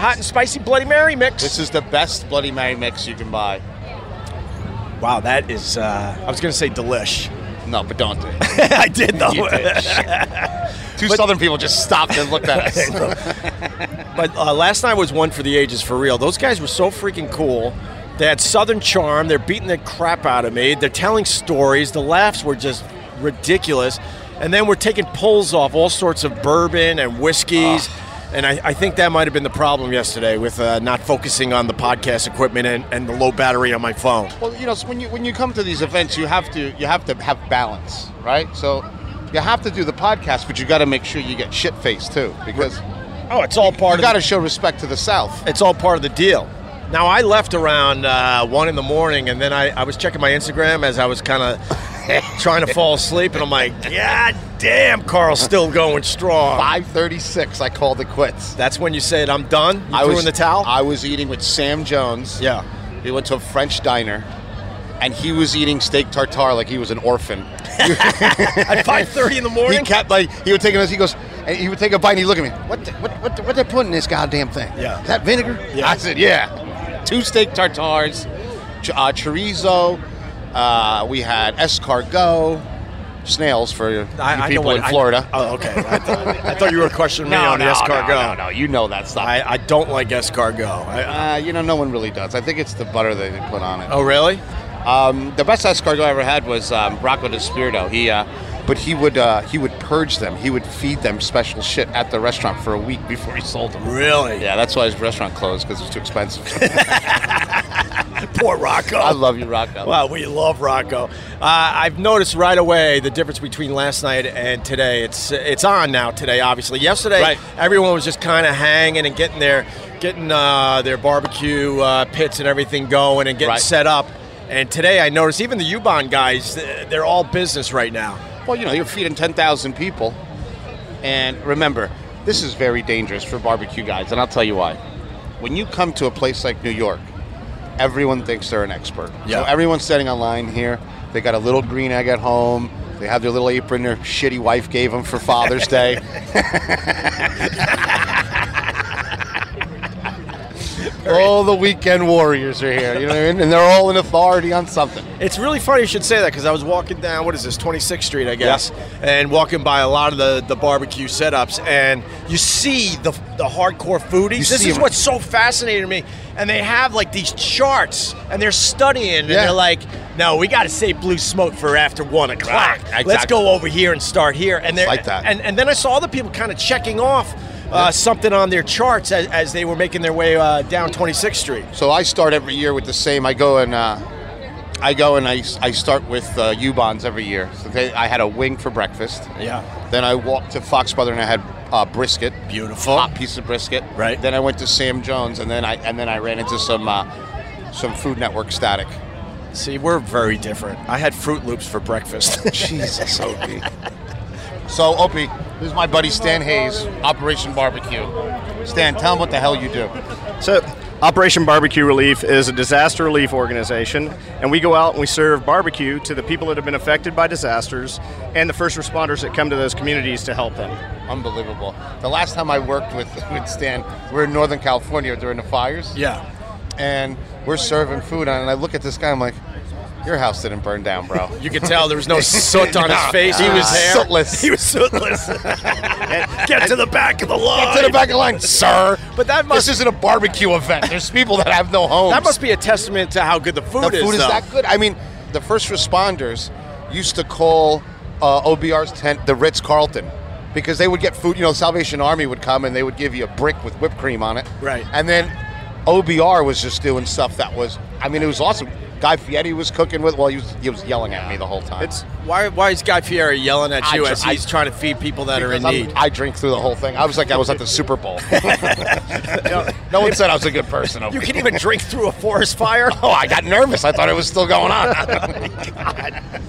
Speaker 2: hot and spicy Bloody Mary mix.
Speaker 3: This is the best Bloody Mary mix you can buy.
Speaker 2: Wow, that is. Uh, I was going to say delish.
Speaker 3: No, but don't.
Speaker 2: <laughs> I did though.
Speaker 3: You
Speaker 2: <laughs>
Speaker 3: did. Shit. Two Southern people just stopped and looked at
Speaker 2: <laughs>
Speaker 3: us.
Speaker 2: But uh, last night was one for the ages for real. Those guys were so freaking cool. They had Southern charm. They're beating the crap out of me. They're telling stories. The laughs were just ridiculous. And then we're taking pulls off all sorts of bourbon and whiskeys. And I, I think that might have been the problem yesterday with uh, not focusing on the podcast equipment and, and the low battery on my phone.
Speaker 3: Well, you know, so when you when you come to these events, you have to you have to have balance, right? So you have to do the podcast, but you got to make sure you get shit faced too, because
Speaker 2: oh, it's all part.
Speaker 3: You got to show respect to the South.
Speaker 2: It's all part of the deal. Now I left around uh, one in the morning, and then I, I was checking my Instagram as I was kind of trying to fall asleep, and I'm like, God damn, Carl's still going strong.
Speaker 3: Five thirty-six. I called it quits.
Speaker 2: That's when you said I'm done. You
Speaker 3: I
Speaker 2: threw
Speaker 3: was
Speaker 2: in the towel.
Speaker 3: I was eating with Sam Jones.
Speaker 2: Yeah,
Speaker 3: we went to a French diner, and he was eating steak tartare like he was an orphan.
Speaker 2: At five thirty in the morning,
Speaker 3: he kept like he would take it. He goes, and he would take a bite, and he'd look at me. What the, what what the, what they putting in this goddamn thing?
Speaker 2: Yeah.
Speaker 3: Is that vinegar?
Speaker 2: Yeah.
Speaker 3: I said, yeah. Two steak tartares, ch- uh, chorizo. Uh, we had escargot, snails for you
Speaker 2: I know
Speaker 3: people
Speaker 2: what-
Speaker 3: in
Speaker 2: I-
Speaker 3: Florida.
Speaker 2: oh, okay. I thought, I thought you were questioning
Speaker 3: <laughs>
Speaker 2: me
Speaker 3: No,
Speaker 2: on
Speaker 3: no,
Speaker 2: the escargot.
Speaker 3: no, no, no. You know that stuff.
Speaker 2: I, I don't like escargot. I,
Speaker 3: uh, you know, no one really does. I think it's the butter that they put on it.
Speaker 2: Oh, really?
Speaker 3: Um, the best escargot I ever had was um, Rocco Despirito. He, uh, but he would uh, he would purge them. He would feed them special shit at the restaurant for a week before he sold them.
Speaker 2: Really?
Speaker 3: Yeah, that's why his restaurant closed because it was too expensive. <laughs>
Speaker 2: <laughs> Poor Rocco.
Speaker 3: I love you, Rocco.
Speaker 2: Wow, we love Rocco. Uh, I've noticed right away the difference between last night and today. It's it's on now today, obviously. Yesterday,
Speaker 3: Right.
Speaker 2: everyone was just kind of hanging and getting their getting uh, their barbecue uh, pits and everything going and getting
Speaker 3: Right.
Speaker 2: set up. And today, I noticed even the U-Bahn guys, th- they're all business right now.
Speaker 3: Well, you know, you're feeding 10,000 people. And remember, this is very dangerous for barbecue guys, and I'll tell you why. When you come to a place like New York, everyone thinks they're an expert. So
Speaker 2: Yeah.
Speaker 3: everyone's standing online here. They got a little green egg at home. They have their little apron their shitty wife gave them for Father's Day. <laughs> all the weekend warriors are here, you know what I mean? And they're all in authority on something.
Speaker 2: It's really funny you should say that because I was walking down what is this 26th Street, I guess, and walking by a lot of the, the barbecue setups, and you see the the hardcore foodies.
Speaker 3: You
Speaker 2: this
Speaker 3: see
Speaker 2: is
Speaker 3: 'em.
Speaker 2: what's so fascinating to me, and they have like these charts, and they're studying, and
Speaker 3: Yeah.
Speaker 2: they're like, "No, we got to save blue smoke for after one o'clock.
Speaker 3: Right,
Speaker 2: Let's
Speaker 3: exactly.
Speaker 2: go over here and start here." And they're
Speaker 3: like that.
Speaker 2: And and then I saw other people kind of checking off. Uh, something on their charts as, as they were making their way uh, down 26th Street.
Speaker 3: So I start every year with the same. I go and uh, I go and I, I start with uh, U-Bonds every year. So they, I had a wing for breakfast.
Speaker 2: Yeah.
Speaker 3: Then I walked to Fox Brother and I had uh, brisket.
Speaker 2: Beautiful.
Speaker 3: Hot piece of brisket. Right. Then I went to Sam Jones and then I and then I ran into some uh, some Food Network static.
Speaker 2: See, we're very different. I had Fruit Loops for breakfast. <laughs>
Speaker 3: Jesus, Opie. <laughs> So Opie, this is my buddy Stan Hayes, Operation Barbecue. Stan, tell him what the hell you do.
Speaker 19: So, Operation Barbecue Relief is a disaster relief organization, and we go out and we serve barbecue to the people that have been affected by disasters and the first responders that come to those communities to help them.
Speaker 3: Unbelievable. The last time I worked with, with Stan, we are in Northern California during the fires.
Speaker 2: Yeah.
Speaker 3: And we're serving food, and I look at this guy, I'm like, Your house didn't burn down,
Speaker 2: <laughs>
Speaker 3: bro.
Speaker 2: You could tell there was no soot
Speaker 3: <laughs>
Speaker 2: on his face.
Speaker 3: He was
Speaker 2: hair.
Speaker 3: sootless.
Speaker 2: He
Speaker 3: <laughs>
Speaker 2: was sootless. Get to the back of the line.
Speaker 3: Get to the back of the line, sir.
Speaker 2: But that must
Speaker 3: this isn't a barbecue event. There's people that have no homes.
Speaker 2: That must be a testament to how good the food
Speaker 3: the
Speaker 2: is.
Speaker 3: food is
Speaker 2: though.
Speaker 3: that good. I mean, the first responders used to call uh, OBR's tent the Ritz Carlton because they would get food. You know, Salvation Army would come and they would give you a brick with whipped cream on it.
Speaker 2: Right.
Speaker 3: And then OBR was just doing stuff that was. I mean, it was awesome. Guy Fieri was cooking with. Well, he was, he was yelling at me the whole time. It's
Speaker 2: Why, why is Guy Fieri yelling at
Speaker 3: I
Speaker 2: you
Speaker 3: tr-
Speaker 2: as
Speaker 3: I-
Speaker 2: he's trying to feed people that are in
Speaker 3: Because I'm-
Speaker 2: need?
Speaker 3: I drink through the whole thing. I was like, I was at the Super
Speaker 2: <laughs>
Speaker 3: Bowl. no one said I was a good person.
Speaker 2: You can even drink through a forest fire.
Speaker 3: <laughs>
Speaker 2: Oh,
Speaker 3: Oh, I got nervous. I thought it was still going
Speaker 2: <laughs>
Speaker 3: on. <laughs>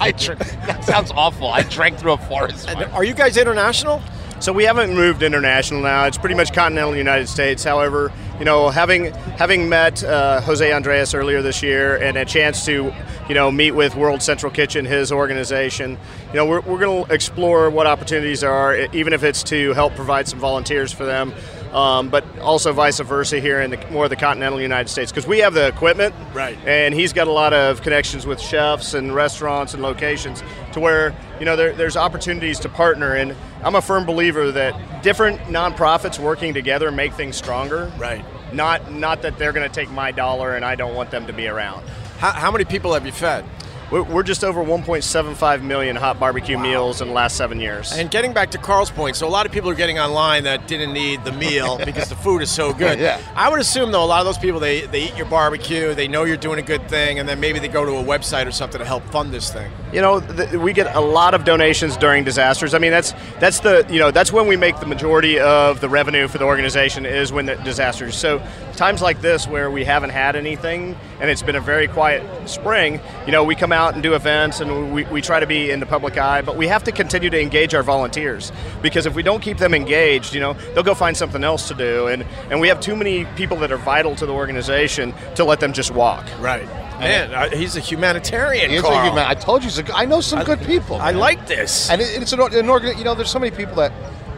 Speaker 3: I drink. That sounds awful. I drank through a forest.
Speaker 2: Are you guys international?
Speaker 19: So we haven't moved international now. It's pretty much continental United States. However, you know, having having met uh, Jose Andreas earlier this year and a chance to, you know, meet with World Central Kitchen, his organization, you know, we're, we're going to explore what opportunities there are, e- even if it's to help provide some volunteers for them, um, but also vice versa here in the, more of the continental United States because we have the equipment,
Speaker 2: Right.
Speaker 19: and he's got a lot of connections with chefs and restaurants and locations to where you know there, there's opportunities to partner and i'm a firm believer that different nonprofits working together make things stronger
Speaker 2: right
Speaker 19: not not that they're going to take my dollar and i don't want them to be around
Speaker 2: how, how many people have you fed
Speaker 19: we're, we're just over 1.75 million hot barbecue meals in the last seven years
Speaker 2: And getting back to Carl's point, so a lot of people are getting online that didn't need the meal because the food is so good.
Speaker 19: Yeah.
Speaker 2: I would assume though a lot of those people they, they eat your barbecue, they know you're doing a good thing, and then maybe they go to a website or something to help fund this thing.
Speaker 19: you know th- we get a lot of donations during disasters i mean that's that's the you know that's when we make the majority of the revenue for the organization is when the disasters so times like this where we haven't had anything and it's been a very quiet spring you know we come out and do events and we, we try to be in the public eye but we have to continue to engage our volunteers because if we don't keep them engaged you know they'll go find something else to do and and we have too many people that are vital to the organization to let them just walk
Speaker 2: right Man, I- he's a humanitarian.
Speaker 19: He is a
Speaker 2: Carl.
Speaker 19: human-
Speaker 3: I told you, he's a g- I know some good people.
Speaker 2: I like this.
Speaker 3: And it, it's an, or- an organ. You know, there's so many people that,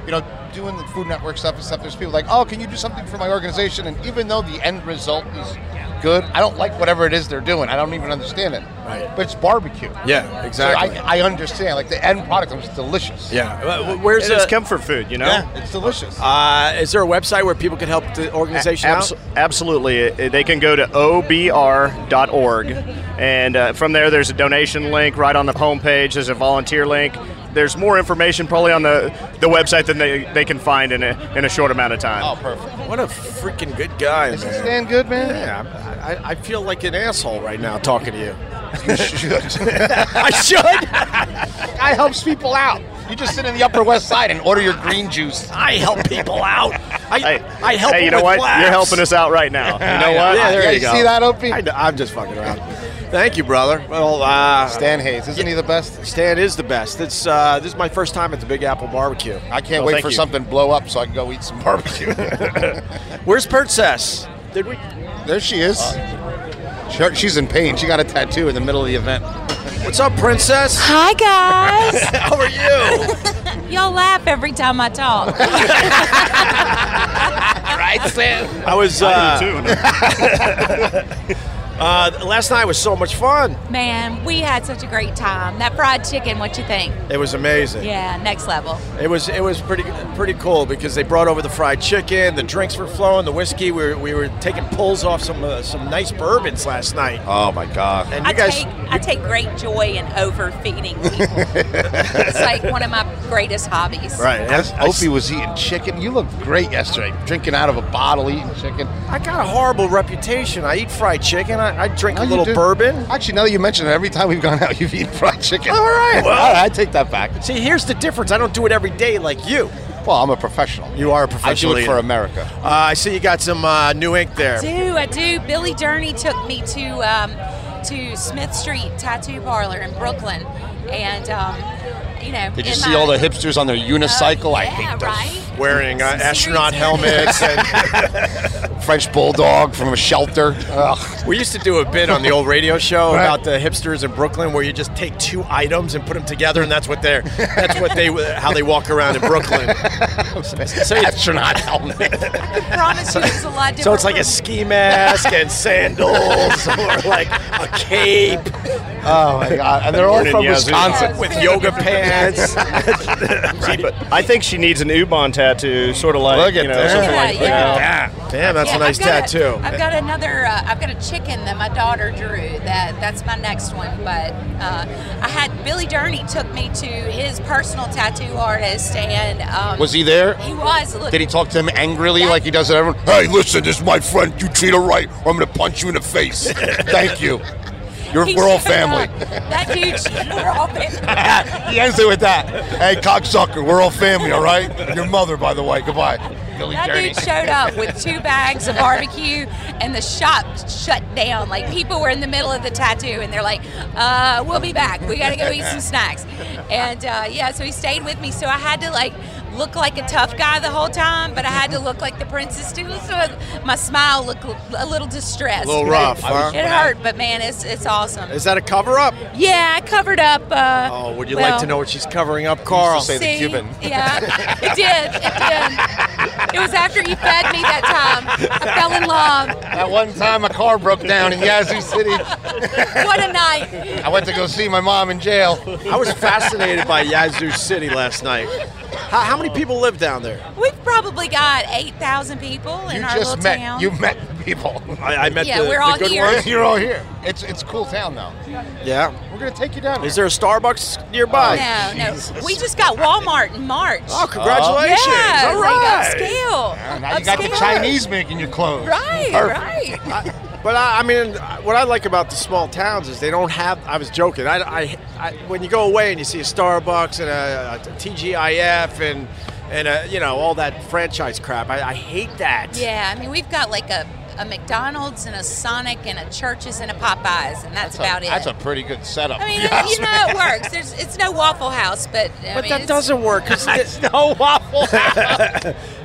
Speaker 3: you know, doing the Food Network stuff and stuff. There's people like, oh, can you do something for my organization? And even though the end result is good, I don't like whatever it is they're doing. I don't even understand it. Right. But it's barbecue.
Speaker 2: Yeah,
Speaker 3: So I, I understand. Like the end product is delicious.
Speaker 2: Yeah. Where's
Speaker 3: It is
Speaker 19: comfort food? You know.
Speaker 3: Yeah, it's delicious.
Speaker 2: Uh, is there a website where people can help the organization
Speaker 19: Abs-
Speaker 2: out?
Speaker 19: Absolutely. Uh, They can go to obr.org. And uh, from there, there's a donation link right on the homepage. There's a volunteer link. There's more information probably on the, the website than they, they can find in a, in a short amount of time.
Speaker 2: Oh, perfect. What a freaking good guy, man.
Speaker 3: Stan good, man?
Speaker 2: Yeah, I, I- I feel like an asshole right now talking to you. You should. <laughs> I should.
Speaker 3: <laughs> I helps people out. You just sit in the Upper West Side and order your green juice.
Speaker 2: I help people out. I, I help.
Speaker 19: Hey, you
Speaker 2: them
Speaker 19: know
Speaker 2: with
Speaker 19: what?
Speaker 2: laughs.
Speaker 19: You're helping us out right
Speaker 2: <laughs>
Speaker 19: now. You know what?
Speaker 2: Yeah, there
Speaker 19: Yeah,
Speaker 2: you,
Speaker 19: you
Speaker 2: go.
Speaker 19: see that,
Speaker 3: Opie?
Speaker 2: I, am just fucking around. Thank you, brother. Well, uh,
Speaker 3: Stan Hayes, isn't he the best?
Speaker 2: Stan is the best. It's uh, this is my first time at the Big Apple Barbecue.
Speaker 3: I can't wait for something to blow up so I can go eat some <laughs> barbecue.
Speaker 2: Where's Pertzess? Did we?
Speaker 3: There she is. She- she's in pain. She got a tattoo in the middle of the event.
Speaker 2: What's up, princess?
Speaker 7: Hi, guys.
Speaker 3: <laughs>
Speaker 7: How
Speaker 2: are you?
Speaker 7: Y'all laugh every time I talk.
Speaker 2: <laughs> right, Stan. I was.
Speaker 7: I
Speaker 2: Uh,
Speaker 7: do
Speaker 2: <laughs> uh, last night was so much fun.
Speaker 7: Man, we had such a great time. That fried chicken, what you think?
Speaker 2: It was amazing.
Speaker 7: Yeah, next level.
Speaker 2: It was it was pretty pretty cool because they brought over the fried chicken, the drinks were flowing, the whiskey. We were, we were taking pulls off some uh, some nice bourbons last night.
Speaker 8: Uh,
Speaker 3: Oh my god!
Speaker 2: And
Speaker 7: I
Speaker 2: you guys,
Speaker 7: take I take great joy in overfeeding people. it's like one of my greatest hobbies.
Speaker 3: <laughs> Right. Opie was eating chicken. You looked great yesterday, drinking out of a bottle, eating chicken.
Speaker 2: I got a horrible reputation. I eat fried chicken. I, I drink a
Speaker 3: you
Speaker 2: little
Speaker 3: do.
Speaker 2: bourbon.
Speaker 3: Actually, now that you mention it, every time we've gone out, you've eaten fried chicken.
Speaker 2: All right. Well,
Speaker 3: All right, I take that back.
Speaker 2: See, here's the difference. I don't do it every day like you.
Speaker 3: Well, I'm a professional.
Speaker 2: You are a
Speaker 3: I
Speaker 2: professional
Speaker 3: do it
Speaker 2: eater.
Speaker 3: for America.
Speaker 2: Uh, I see you got some uh, new ink there.
Speaker 7: I do, I do. Billy Journey took me to um, to Smith Street Tattoo Parlor in Brooklyn, and um, you know,
Speaker 3: Did you
Speaker 7: in
Speaker 3: see
Speaker 7: my-
Speaker 3: all the hipsters on their unicycle? I
Speaker 7: Oh, yeah,
Speaker 3: hate those.
Speaker 7: right?
Speaker 2: Wearing uh, astronaut helmets and
Speaker 3: French bulldog from
Speaker 7: <laughs>
Speaker 3: a shelter. <laughs> Ugh.
Speaker 2: We used to do a bit on the old radio show about the hipsters in Brooklyn, where you just take two items and put them together, and that's what they're that's what they how they walk around in
Speaker 3: <laughs>
Speaker 2: Brooklyn. So you-
Speaker 3: Astronaut helmet.
Speaker 2: <laughs>
Speaker 7: I <laughs> promise you, it's a lot different.
Speaker 2: So it's like a ski <laughs> mask and sandals, <laughs> or like a cape.
Speaker 3: Oh my god!
Speaker 19: And they're all from Wisconsin.
Speaker 2: with yoga pants.
Speaker 19: See, but I think she needs an Ubon tattoo, sort of like
Speaker 2: Look at
Speaker 19: you know,
Speaker 2: that.
Speaker 19: something
Speaker 7: Yeah,
Speaker 19: like
Speaker 7: yeah.
Speaker 2: Yeah. Damn, that's a
Speaker 7: Yeah,
Speaker 2: nice
Speaker 7: I've got
Speaker 2: tattoo.
Speaker 7: I've got another. Uh, I've got a chicken that my daughter drew. That that's my next one. But uh, I had Billy Durney took me to his personal tattoo artist, and um,
Speaker 3: Was he there?
Speaker 7: He was. Look,
Speaker 3: Did he talk to him angrily like he does to everyone? Hey, listen, this is my friend. You treat her right, or I'm gonna punch you in
Speaker 7: <laughs>
Speaker 3: the face. Thank you. You're,
Speaker 7: He
Speaker 3: we're all
Speaker 7: showed
Speaker 3: family.
Speaker 7: up. That dude, we're all
Speaker 3: <laughs>
Speaker 7: family.
Speaker 3: he ends it with that. Hey, cocksucker, we're all family, all right? Your mother, by the way. Goodbye. Billy
Speaker 7: that
Speaker 3: Dirty.
Speaker 7: dude showed up with two bags of barbecue, and the shop shut down. Like people were in the middle of the tattoo, and they're like, uh, "We'll be back. We gotta go eat some snacks." And uh, yeah, so he stayed with me. So I had to like look like a tough guy the whole time, but I had to look like the princess too. <laughs> So my smile looked a little distressed.
Speaker 2: A little rough, huh?
Speaker 7: It hurt, but man, it's it's awesome.
Speaker 2: <laughs> Is that a cover up?
Speaker 7: Yeah, I covered up. Uh,
Speaker 2: Oh, would you
Speaker 7: well-
Speaker 2: like to know what she's covering up, Carl?
Speaker 7: See?
Speaker 3: <laughs>
Speaker 7: Yeah, it did. It did. It was after he fed me that time. I fell in love.
Speaker 3: That one time a car broke down in Yazoo City.
Speaker 7: What a night.
Speaker 3: I went to go see my mom in jail.
Speaker 2: I was fascinated by Yazoo City last night. How, how many people live down there?
Speaker 7: We've probably got 8,000 people in
Speaker 3: You
Speaker 7: our
Speaker 3: just
Speaker 7: little
Speaker 3: met
Speaker 7: town.
Speaker 3: you met people.
Speaker 2: I, I met
Speaker 7: Yeah,
Speaker 2: the,
Speaker 7: we're
Speaker 2: the
Speaker 7: all
Speaker 2: good
Speaker 7: here.
Speaker 3: <laughs>
Speaker 2: ones.
Speaker 3: You're all here. It's it's a cool town now.
Speaker 2: Yeah.
Speaker 3: We're gonna take you down.
Speaker 2: Is there a Starbucks nearby?
Speaker 7: no, no. We just got Walmart in March.
Speaker 2: Oh, congratulations.
Speaker 7: Yeah,
Speaker 2: All
Speaker 7: Like
Speaker 2: right.
Speaker 7: upscale.
Speaker 3: Yeah, now you got the
Speaker 7: Upscale.
Speaker 3: Chinese making your clothes.
Speaker 7: Right,
Speaker 3: Perfect.
Speaker 7: right.
Speaker 2: But I, I mean, what I like about the small towns is they don't have. I was joking. I, I, I when you go away and you see a Starbucks and a, a TGIF and and a, you know all that franchise crap. I, I hate that.
Speaker 7: Yeah, I mean, we've got like a, a McDonald's and a Sonic and a Church's and a Popeyes, and that's,
Speaker 3: That's a-
Speaker 7: about it.
Speaker 3: That's a pretty good setup. <laughs>
Speaker 7: I mean, you know it works. There's, it's no Waffle House, but I
Speaker 2: But
Speaker 7: mean,
Speaker 2: that
Speaker 7: it's-
Speaker 2: doesn't
Speaker 3: <laughs>
Speaker 2: work. Cause it's no <laughs> waffle.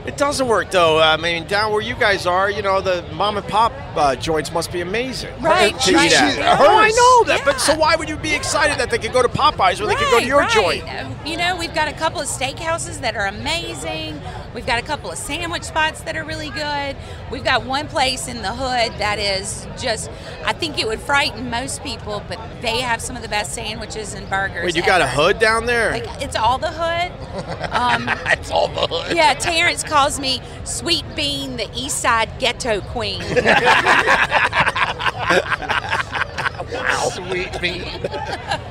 Speaker 2: it doesn't work though. I mean, down where you guys are, you know, the mom and pop uh, joints must be amazing.
Speaker 7: Right,
Speaker 2: To eat
Speaker 7: right.
Speaker 2: at.
Speaker 7: Yeah.
Speaker 2: Oh, I know that. But so why would you be excited that they could go to Popeyes or they could go to your
Speaker 7: right.
Speaker 2: joint?
Speaker 7: Uh, You know, we've got a couple of steakhouses that are amazing. We've got a couple of sandwich spots that are really good. We've got one place in the hood that is just, I think it would frighten most people, but they have some of the best sandwiches and burgers.
Speaker 2: Wait, you got a
Speaker 7: ever.
Speaker 2: hood down there?
Speaker 7: Like, it's all the hood. Um,
Speaker 3: <laughs> it's all the hood.
Speaker 7: yeah, Terrence calls me Sweet Bean, the East Side Ghetto
Speaker 2: <laughs>
Speaker 7: Queen.
Speaker 3: Sweet bean.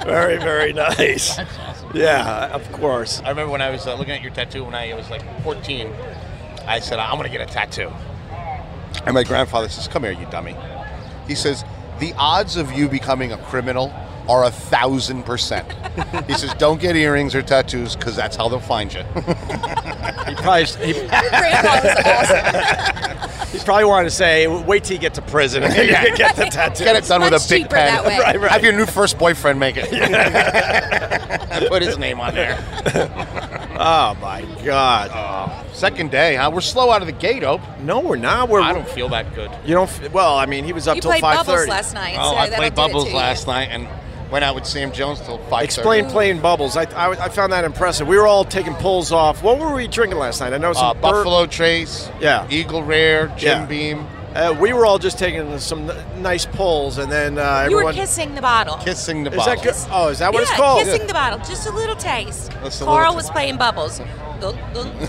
Speaker 2: Very, very nice.
Speaker 7: <laughs>
Speaker 2: Yeah, of course.
Speaker 20: I remember when I was uh, looking at your tattoo when I was like 14.
Speaker 3: I said, I'm going to get a tattoo. And my grandfather says, Come here, you dummy. He says, The odds of you becoming a criminal are a thousand percent. he says, Don't get earrings or tattoos because that's how they'll find <laughs> you.
Speaker 2: He
Speaker 7: <laughs>
Speaker 2: probably, he, <laughs> He's probably wanted to say, wait till you get to prison and then you can get the tattoo.
Speaker 3: Get it done with a big pen.
Speaker 2: Right, right.
Speaker 3: Have your new first boyfriend make
Speaker 2: <laughs>
Speaker 3: it. and put his name on there.
Speaker 2: oh, my God.
Speaker 3: Oh, second day, huh? We're slow out of the gate, Ope.
Speaker 2: No, we're not. We're,
Speaker 20: I don't feel that good.
Speaker 2: You don't. f- Well, I mean, he was up
Speaker 7: You
Speaker 2: till
Speaker 7: played
Speaker 2: 5:30.
Speaker 7: Bubbles last night,
Speaker 3: Oh,
Speaker 7: so
Speaker 3: I
Speaker 7: that'll
Speaker 3: played
Speaker 7: do it to
Speaker 3: Bubbles
Speaker 7: you.
Speaker 3: last night and went out with Sam Jones till 5
Speaker 2: Explain playing Bubbles. I, I, I found that impressive. We were all taking pulls off. What were we drinking last night? I know some
Speaker 3: Uh,
Speaker 2: bur-
Speaker 3: Buffalo Trace,
Speaker 2: Yeah.
Speaker 3: Eagle Rare, Jim
Speaker 2: Yeah.
Speaker 3: Beam.
Speaker 2: Uh, we were all just taking some n- nice pulls, and then uh,
Speaker 7: you were
Speaker 2: everyone.
Speaker 7: kissing the bottle.
Speaker 3: Kissing the
Speaker 2: Is that good? Oh, is that what
Speaker 7: yeah,
Speaker 2: it's called? <laughs>
Speaker 7: kissing the bottle, just a little taste.
Speaker 2: That's a little
Speaker 7: Carl
Speaker 2: taste.
Speaker 7: was playing bubbles. Dun, dun, dun.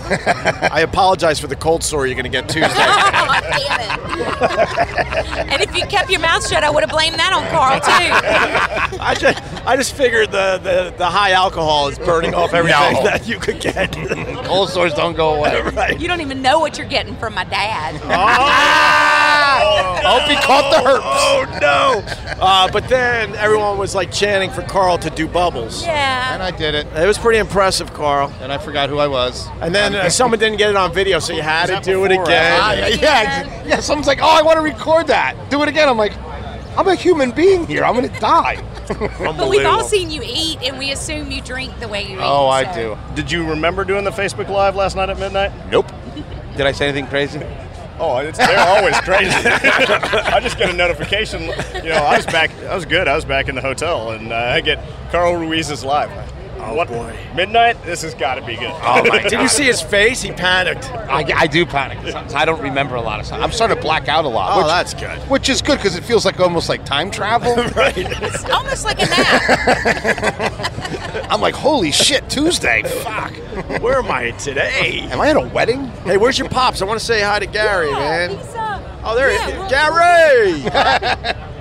Speaker 2: I apologize for the cold sore you're going to
Speaker 7: <laughs>
Speaker 2: get Tuesday.
Speaker 7: Oh, damn it. <laughs> and if you kept your mouth shut, I would have blamed that on Carl, too.
Speaker 2: I just, I just figured the, the, the high alcohol is burning off everything <laughs>
Speaker 3: No.
Speaker 2: that you could get.
Speaker 3: <laughs> Cold sores don't go
Speaker 2: <laughs>
Speaker 3: away.
Speaker 7: You don't even know what you're getting from my dad.
Speaker 3: Hope he caught the herpes.
Speaker 2: Oh no! Uh, but then everyone was like chanting for Carl to do bubbles.
Speaker 7: Yeah.
Speaker 3: And I did it.
Speaker 2: It was pretty impressive, Carl.
Speaker 3: And I forgot who I was.
Speaker 2: And then uh, someone didn't get it on video, so you had to do it again.
Speaker 3: Ah, yeah, yeah, yeah. Someone's like, oh, I want to record that. Do it again. I'm like, I'm a human being here. I'm going to <laughs> die.
Speaker 7: But we've all seen you eat, and we assume you drink the way you eat.
Speaker 2: Oh,
Speaker 19: Oh,
Speaker 7: so.
Speaker 19: Did you remember doing the Facebook Live last night at midnight?
Speaker 3: Nope. Did I say anything crazy?
Speaker 19: Oh, it's, they're always crazy. <laughs> I just get a notification. You know, I was back. I was good. I was back in the hotel, and uh, I get Carl Ruiz's live. Oh boy! Midnight. This has got to be good.
Speaker 21: Oh, my
Speaker 2: Did you see his face? He panicked.
Speaker 21: I, I do panic. Sometimes I don't remember a lot of stuff. I'm starting to black out a lot.
Speaker 2: Oh, that's good.
Speaker 21: Which is good because it feels like almost like time
Speaker 2: <laughs>
Speaker 21: travel. right.
Speaker 7: It's almost like a
Speaker 21: I'm like, holy shit, Tuesday. Fuck.
Speaker 2: Where am I today?
Speaker 21: Am I at a wedding?
Speaker 2: Hey, where's your pops? I want to say hi to Gary, man. Oh, there he is. Gary!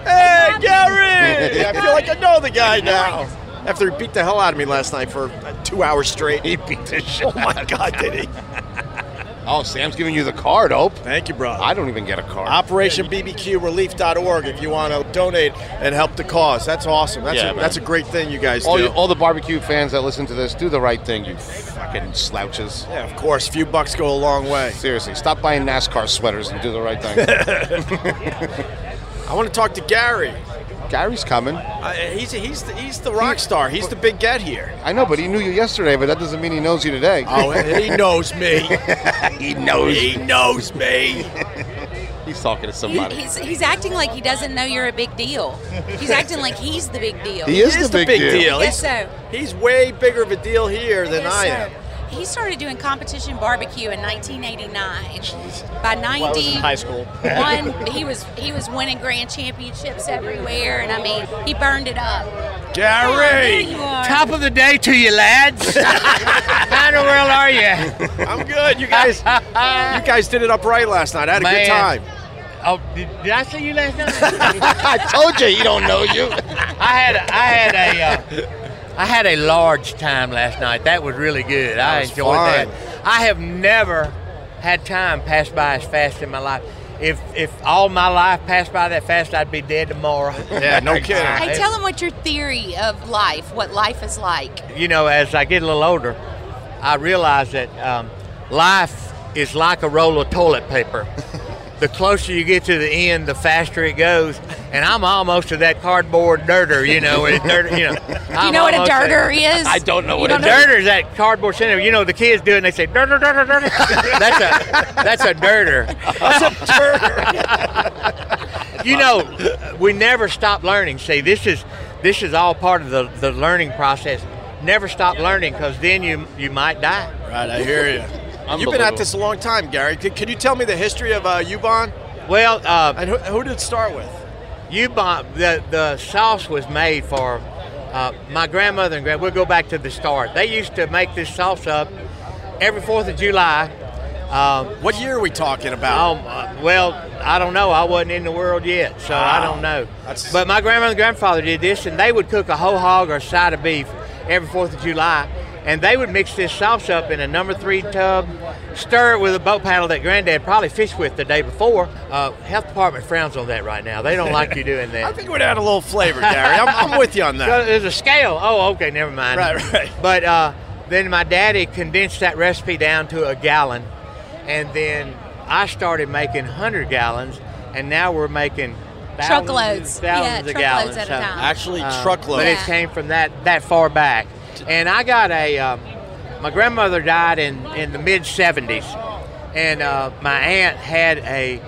Speaker 2: hey, Gary! <laughs> I feel like I know the guy now. After he beat the hell out of me last night for uh, two hours straight. He
Speaker 21: beat the shit
Speaker 2: Oh, my God, did he?
Speaker 21: Oh, Sam's giving you the card, Ope.
Speaker 2: Thank you, brother.
Speaker 21: I don't even get a card.
Speaker 2: OperationBBQRelief.org if you want to donate and help the cause. That's awesome. That's,
Speaker 21: Yeah,
Speaker 2: a,
Speaker 21: man.
Speaker 2: that's a great thing you guys
Speaker 21: all,
Speaker 2: do.
Speaker 21: you- oh. <laughs>
Speaker 2: <laughs>
Speaker 21: all the barbecue fans that listen to this, do the right thing, you fucking slouches.
Speaker 2: Yeah, of course. Few bucks go a long way.
Speaker 21: Seriously, stop buying NASCAR sweaters and do the right
Speaker 2: <laughs>
Speaker 21: thing.
Speaker 2: I want to talk to Gary.
Speaker 21: Gary's coming.
Speaker 2: Uh, he's, he's, the, he's the rock star. He's the big get here.
Speaker 21: I know, but he knew you yesterday, but that doesn't mean he knows you today.
Speaker 2: Oh, he knows me.
Speaker 21: <laughs> he knows.
Speaker 2: He knows me.
Speaker 21: <laughs> he's talking to
Speaker 7: He-
Speaker 21: somebody.
Speaker 7: he's, he's acting like he doesn't know you're a big deal. He's acting like he's the big deal.
Speaker 21: He is He is the the big big deal. deal.
Speaker 7: Yes, so.
Speaker 2: He's way bigger of a deal here than
Speaker 7: Yes,
Speaker 2: I
Speaker 7: sir.
Speaker 2: am.
Speaker 7: He started doing competition barbecue in 1989. By
Speaker 19: Well, I was in
Speaker 7: 90,
Speaker 19: high school.
Speaker 7: one he was he was winning grand championships everywhere, and I mean he burned it up.
Speaker 2: Gary!
Speaker 4: Top of the day to you,
Speaker 2: <laughs>
Speaker 4: lads. How in the world are you?
Speaker 2: <laughs> I'm good.
Speaker 7: <laughs>
Speaker 2: You guys, you guys did it upright last night. I had a
Speaker 4: Man.
Speaker 2: good time.
Speaker 4: Oh, did, did I see you last
Speaker 2: <laughs>
Speaker 4: night? I
Speaker 21: told you he don't know you.
Speaker 4: I had a, I had a uh, I had a large time last night. That was really good. I
Speaker 2: was
Speaker 4: enjoyed
Speaker 2: fun.
Speaker 4: that. I have never had time pass by as fast in my life. If if all my life passed by that fast, I'd be dead tomorrow.
Speaker 2: Yeah,
Speaker 4: <laughs>
Speaker 2: no kidding.
Speaker 7: Hey, tell him what your theory of life, what life is like.
Speaker 4: you know, as I get a little older, I realize that um, life is like a roll of toilet paper. the closer you get to the end, the faster it goes. And I'm almost to that cardboard dirter, you know. where it
Speaker 7: <laughs>
Speaker 4: dirt, you know, I'm
Speaker 7: know what a
Speaker 4: almost there.
Speaker 7: dirter is? I don't know You what a don't know?
Speaker 4: dirter is. That cardboard center. You know, the kids do it and they say dirter, dirter, dirter. <laughs> that's a that's a dirter. <laughs> That's a dirter. you know, we never stop learning. See, this is this is all part of the, the learning process. Never stop learning because then you you might die.
Speaker 2: Right, I hear you. You've been at this a long time, Gary. Can, can you tell me the history of uh, Ubon?
Speaker 4: Well, uh,
Speaker 2: and who, who did it start with?
Speaker 4: You bought the the sauce was made for uh, my grandmother and grand. We'll go back to the start. They used to make this sauce up every Fourth of July. Um,
Speaker 2: what year are we talking about?
Speaker 4: Um, uh, well, I don't know. I wasn't in the world yet, so I don't know. But my grandmother and grandfather did this, and they would cook a whole hog or a side of beef every Fourth of July, and they would mix this sauce up in a number three tub, stir it with a boat paddle that Granddad probably fished with the day before. Uh, health department frowns on that right now. They don't like you doing that.
Speaker 2: <laughs> I think it would add a little flavor, Gary. I'm, I'm with you on
Speaker 4: <laughs> So
Speaker 2: that.
Speaker 4: there's a scale. Oh, okay, never mind.
Speaker 2: Right, right.
Speaker 4: But uh, then my daddy condensed that recipe down to a gallon, and then I started making hundred gallons, and now we're making thousands,
Speaker 7: Truckloads.
Speaker 4: and thousands
Speaker 7: Yeah,
Speaker 4: of
Speaker 7: truckloads
Speaker 4: gallons.
Speaker 7: at a
Speaker 4: So,
Speaker 7: time.
Speaker 2: Actually,
Speaker 4: uh,
Speaker 2: truckloads.
Speaker 4: But it came from that that far back, and I got a. Um, my grandmother died in in the mid '70s, and uh, my aunt had a.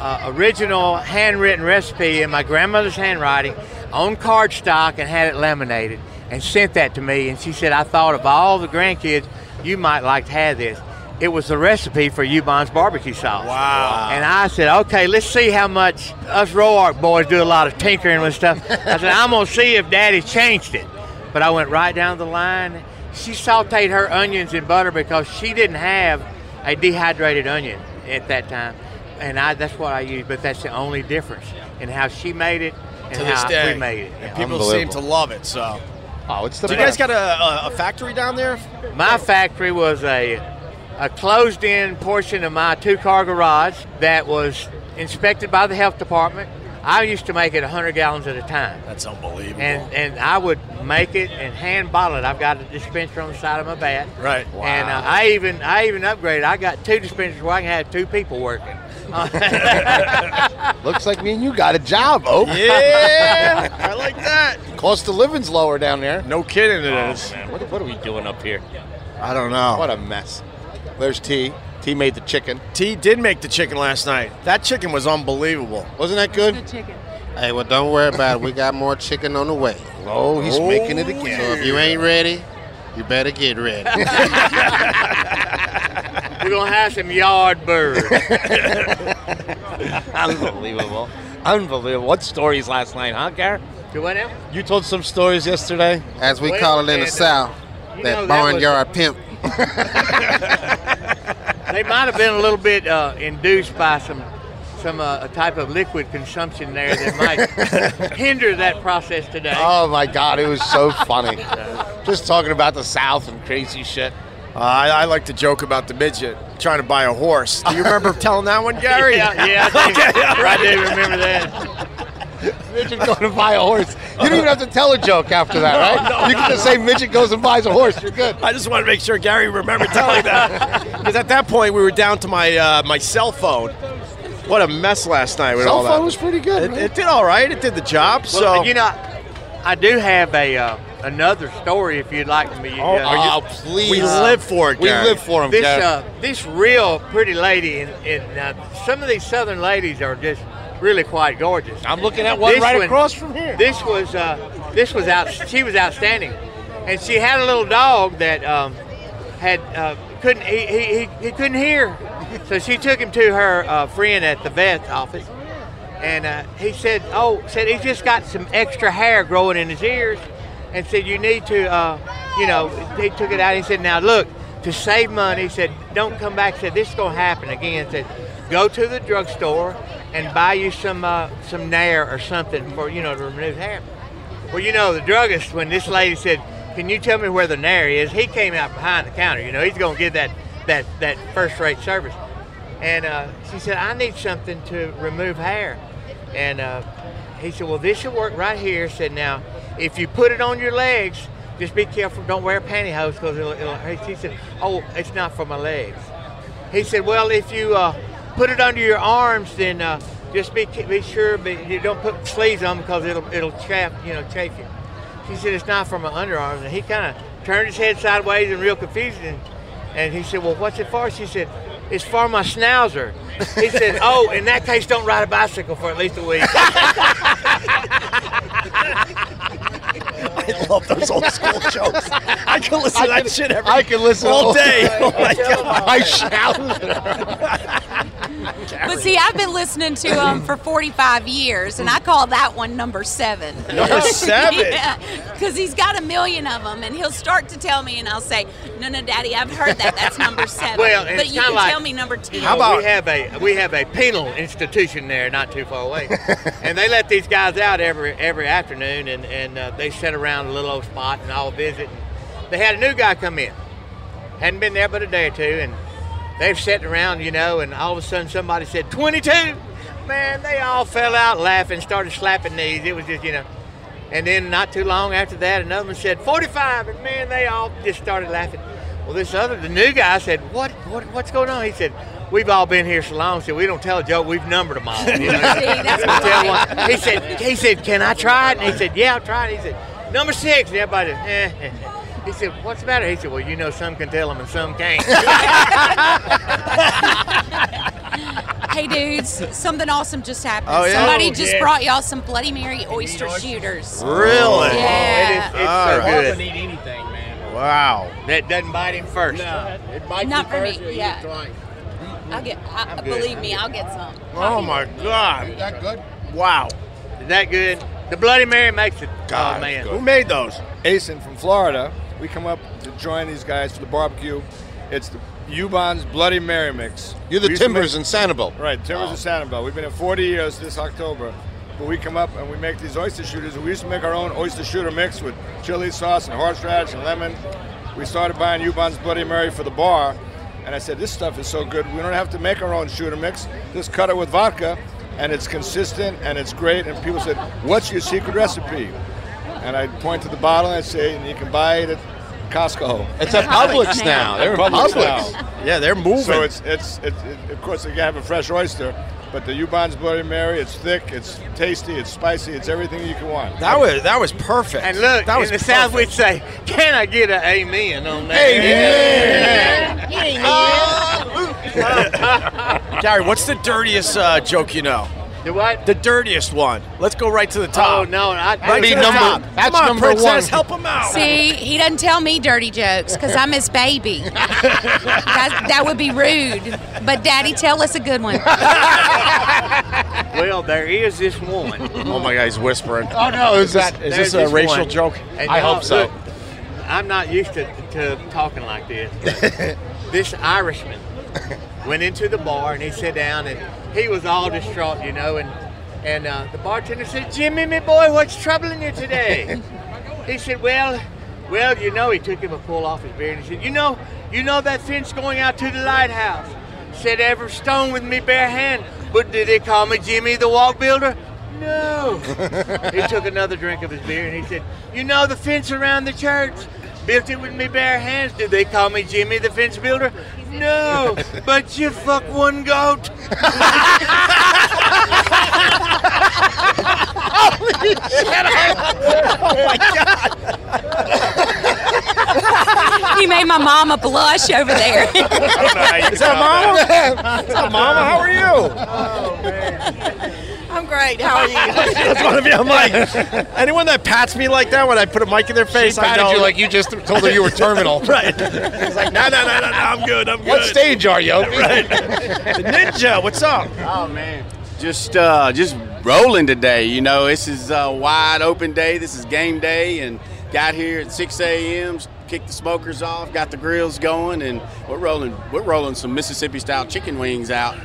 Speaker 4: Uh, original handwritten recipe in my grandmother's handwriting on cardstock and had it laminated and sent that to me. And she said, I thought of all the grandkids, you might like to have this. It was the recipe for Ubon's barbecue sauce. Wow. And I said, okay, let's see how much us Roark boys do a lot of tinkering with stuff. I said, I'm going to see if Daddy changed it. But I went right down the line. She sauteed her onions in butter because she didn't have a dehydrated onion at that time. And I, that's what I used, but that's the only difference in how she made it and
Speaker 2: To
Speaker 4: how
Speaker 2: this day.
Speaker 4: we made it.
Speaker 2: And people seem to love it, so.
Speaker 21: Oh, it's
Speaker 2: Do you guys got a, a, a factory down there?
Speaker 4: My factory was a a closed-in portion of my two-car garage that was inspected by the health department. I used to make it 100 gallons at a time.
Speaker 2: That's unbelievable.
Speaker 4: And and I would make it and hand bottle it. I've got a dispenser on the side of my bat.
Speaker 2: Right.
Speaker 4: And uh, I even I even upgraded. I got two dispensers where I can have two people working.
Speaker 21: Looks like me and you got a job, Ope.
Speaker 2: Yeah, I like that.
Speaker 21: Cost of living's lower down there.
Speaker 2: No
Speaker 21: Oh,
Speaker 2: kidding, it is.
Speaker 21: Man, what, what are we doing up here?
Speaker 2: I don't know.
Speaker 21: What a mess. There's tea. T made the chicken.
Speaker 2: T did make the chicken last night. That chicken was unbelievable.
Speaker 21: Wasn't that good? Good
Speaker 7: chicken.
Speaker 15: Hey, well, don't worry about it. We got more chicken on the way.
Speaker 21: Oh, he's making it again.
Speaker 15: So if you ain't ready, you better get ready. <laughs>
Speaker 4: We're gonna have some yard birds.
Speaker 21: <laughs> Unbelievable. Unbelievable. What stories last night, huh, Garrett?
Speaker 4: Do what now?
Speaker 21: You told some stories yesterday.
Speaker 15: As we call it in the South,
Speaker 4: you know
Speaker 15: that
Speaker 4: that was-
Speaker 15: barnyard pimp.
Speaker 4: They might have been a little bit uh, induced by some some uh, a type of liquid consumption there that might hinder that process today.
Speaker 21: Oh my God, it was <laughs> so funny. Just talking about the South and crazy shit.
Speaker 2: Uh, I, I like to joke about the midget trying to buy a horse. Do you remember telling that one, Gary?
Speaker 4: Yeah, yeah,
Speaker 2: <laughs>
Speaker 4: I do, I do remember that.
Speaker 21: Midget going to buy a horse. You don't even have to tell a joke after that, right?
Speaker 2: <laughs> No, no,
Speaker 21: you can just say midget goes and buys a horse. You're good.
Speaker 2: I just want to make sure Gary remembered telling that because at that point we were down to my uh, my cell phone. What a mess last night with
Speaker 21: Cell
Speaker 2: all that.
Speaker 21: phone was pretty good.
Speaker 2: It, it did all right. It did the job.
Speaker 4: Well,
Speaker 2: so
Speaker 4: you know, I do have a uh, another story if you'd like me. uh,
Speaker 2: Oh, oh, please. We live for it, We Gary. live for 'em,
Speaker 4: This
Speaker 2: Gary.
Speaker 4: uh, this real pretty lady, and, and uh, some of these southern ladies are just really quite gorgeous. I'm
Speaker 21: looking at one right across from here.
Speaker 4: This was uh, this was out. She was outstanding, and she had a little dog that um, had uh, couldn't he, he, he, he couldn't hear, so she took him to her uh, friend at the vet's office and uh, he said, "Oh, said he's just got some extra hair growing in his ears," and said, "You need to, uh, you know." They took it out. He said, "Now look, to save money," he said, "Don't come back." Said this is gonna happen again. Said, "Go to the drugstore and buy you some uh, some Nair or something for you know to remove hair." Well, you know the druggist when this lady said, "Can you tell me where the Nair is?" He came out behind the counter. You know he's gonna get that that that first rate service. And uh, she said, I need something to remove hair. And uh, he said, Well, this should work right here. Said, Now, if you put it on your legs, just be careful. Don't wear pantyhose because it'll, it'll hurt. He said, Oh, it's not for my legs. He said, Well, if you uh, put it under your arms, then uh, just be, be sure but you don't put sleeves on because it'll, it'll chafe, you know, chafe you. She said, It's not for my underarms. And he kind of turned his head sideways and real confused. And, and he said, Well, what's it for? She said, It's for my schnauzer. He said, Oh, in that case, don't ride a bicycle for at least a week.
Speaker 2: I <laughs> love those old school jokes. I can listen to
Speaker 21: I
Speaker 2: that
Speaker 21: can-
Speaker 2: shit every
Speaker 21: I can listen
Speaker 2: all
Speaker 21: all
Speaker 2: day.
Speaker 21: day.
Speaker 2: <laughs> Oh
Speaker 3: <laughs>
Speaker 2: my God.
Speaker 21: My schnauzer.
Speaker 7: <laughs> But see, I've been listening to them for 45 years, and I call that one number seven. <laughs>
Speaker 21: Number seven?
Speaker 7: Because he's got a million of them, and he'll start to tell me, and I'll say, "No, no, Daddy, I've heard that. That's
Speaker 4: <laughs>
Speaker 7: number seven.
Speaker 4: Well, and
Speaker 7: but
Speaker 4: it's
Speaker 7: you
Speaker 4: kinda
Speaker 7: can
Speaker 4: like-
Speaker 7: tell me number two.
Speaker 4: You know, we have a we have a penal institution there, not too far away, and they let these guys out every every afternoon, and and uh, they sit around a little old spot and all visit. They had a new guy come in, hadn't been there but a day or two, and they've sitting around, you know, and all of a sudden somebody said twenty two, man, they all fell out laughing, started slapping knees. It was just you know. And then not too long after that, another one said 45, and man, they all just started laughing. Well, this other, the new guy said, "What? what what's going on?" He said, "We've all been here so long, so we don't tell a joke. We've numbered them all." You know? We tell one- He said, "He said, can I try it?" And he said, "Yeah, I'll try it." He said, "Number six. and everybody, said, eh, eh, eh. He said, "What's the matter?" He said, "Well, you know, some can tell them and some can't."
Speaker 7: hey, dudes, something awesome just happened.
Speaker 4: Oh, yeah?
Speaker 7: Somebody
Speaker 4: Oh,
Speaker 7: just
Speaker 4: yeah.
Speaker 7: brought y'all some Bloody Mary oyster shooters.
Speaker 2: Really?
Speaker 7: Yeah.
Speaker 4: It is, it's
Speaker 2: All
Speaker 4: so
Speaker 2: right.
Speaker 4: good.
Speaker 2: Wouldn't
Speaker 4: anything, man.
Speaker 2: Wow.
Speaker 4: That doesn't bite him first.
Speaker 7: No.
Speaker 4: it bites
Speaker 7: Not
Speaker 4: you
Speaker 7: for
Speaker 4: first.
Speaker 7: me. Yeah. I'll get. I,
Speaker 4: I'm good.
Speaker 7: believe me, I'll get some.
Speaker 2: Oh my God. Is
Speaker 4: that good?
Speaker 2: Wow.
Speaker 4: Is that good? The Bloody Mary makes it. oh man.
Speaker 22: Who made those? Asen from Florida. We come up to join these guys for the barbecue. It's the Ubon's Bloody Mary mix.
Speaker 11: You're the
Speaker 22: We used to
Speaker 11: Timbers
Speaker 22: make-
Speaker 11: in Sanibel.
Speaker 22: Right, Timbers and Sanibel. We've been here 40 years this October. But we come up and we make these oyster shooters. We used to make our own oyster shooter mix with chili sauce and horseradish and lemon. We started buying Ubon's Bloody Mary for the bar. And I said, this stuff is so good, we don't have to make our own shooter mix. Just cut it with vodka, and it's consistent and it's great. And people said, what's your secret recipe? And I point to the bottle and I say, and you can buy it at Costco.
Speaker 21: It's at Publix now. They're at Publix.
Speaker 22: Yeah, they're
Speaker 21: moving.
Speaker 22: So it's, it's, it's it, of course, they have a fresh oyster, but the Ubon's Bloody Mary, it's thick, it's tasty, it's spicy, it's everything you can want.
Speaker 2: That was that was perfect.
Speaker 22: And look,
Speaker 2: that was
Speaker 22: in the
Speaker 4: South we'd say, "Can I get an amen on that?"
Speaker 22: Amen.
Speaker 4: Amen.
Speaker 2: Gary, what's the dirtiest uh, joke you know?
Speaker 4: The what?
Speaker 2: The dirtiest one. Let's go right to the top.
Speaker 4: Oh, no, I-
Speaker 2: right
Speaker 4: Be
Speaker 2: to the
Speaker 4: number-
Speaker 2: top.
Speaker 4: that's
Speaker 2: Come on,
Speaker 4: number one.
Speaker 2: princess, help him out.
Speaker 7: See, he doesn't tell me dirty jokes because I'm his baby. that, that would be rude. But, Daddy, tell us a good one.
Speaker 4: Well, there is this one.
Speaker 2: Oh my God, he's whispering.
Speaker 4: Oh, no,
Speaker 2: is
Speaker 4: is
Speaker 2: that
Speaker 4: that-
Speaker 2: is
Speaker 4: there's
Speaker 2: this a
Speaker 4: this
Speaker 2: racial
Speaker 4: one.
Speaker 2: joke?
Speaker 4: And
Speaker 2: I
Speaker 4: now,
Speaker 2: hope so.
Speaker 4: look, I'm not used to, to talking like this.
Speaker 2: <laughs>
Speaker 4: but this Irishman went into the bar and he sat down and he was all distraught, you know. And and uh, the bartender said, "Jimmy, me boy, what's troubling you today?" he said, "Well, well, you know." He took him a pull off his beard and he said, "You know, you know that fence going out to the lighthouse." Said every stone with me bare hand, but did they call me Jimmy the Walk Builder? No. <laughs> he took another drink of his beer and he said, You know the fence around the church? Built it with me bare hands. Did they call me Jimmy the fence builder? No, but you fuck one goat.
Speaker 23: Holy shit!
Speaker 7: Oh, my God. he made my mama blush over there.
Speaker 2: Is that Mama? Is
Speaker 7: <laughs>
Speaker 2: that <laughs> Mama? How are you?
Speaker 7: I'm great. How are you?
Speaker 2: That's what I mean. I'm like, anyone that pats me like that when I put a mic in their face, I
Speaker 3: patted
Speaker 2: know.
Speaker 3: you like you
Speaker 2: <laughs>
Speaker 3: just told her you were terminal.
Speaker 2: right. It's like, no, no, no, no, no, <laughs> I'm good, I'm good.
Speaker 3: What stage are you?
Speaker 4: <laughs>
Speaker 2: Right. The ninja, what's up?
Speaker 4: Oh, man.
Speaker 6: just uh, just rolling today. You know, this is a wide open day. This is game day, and got here at 6 a.m. Kicked the smokers off, got the grills going, and we're rolling. We're rolling some Mississippi style chicken wings out,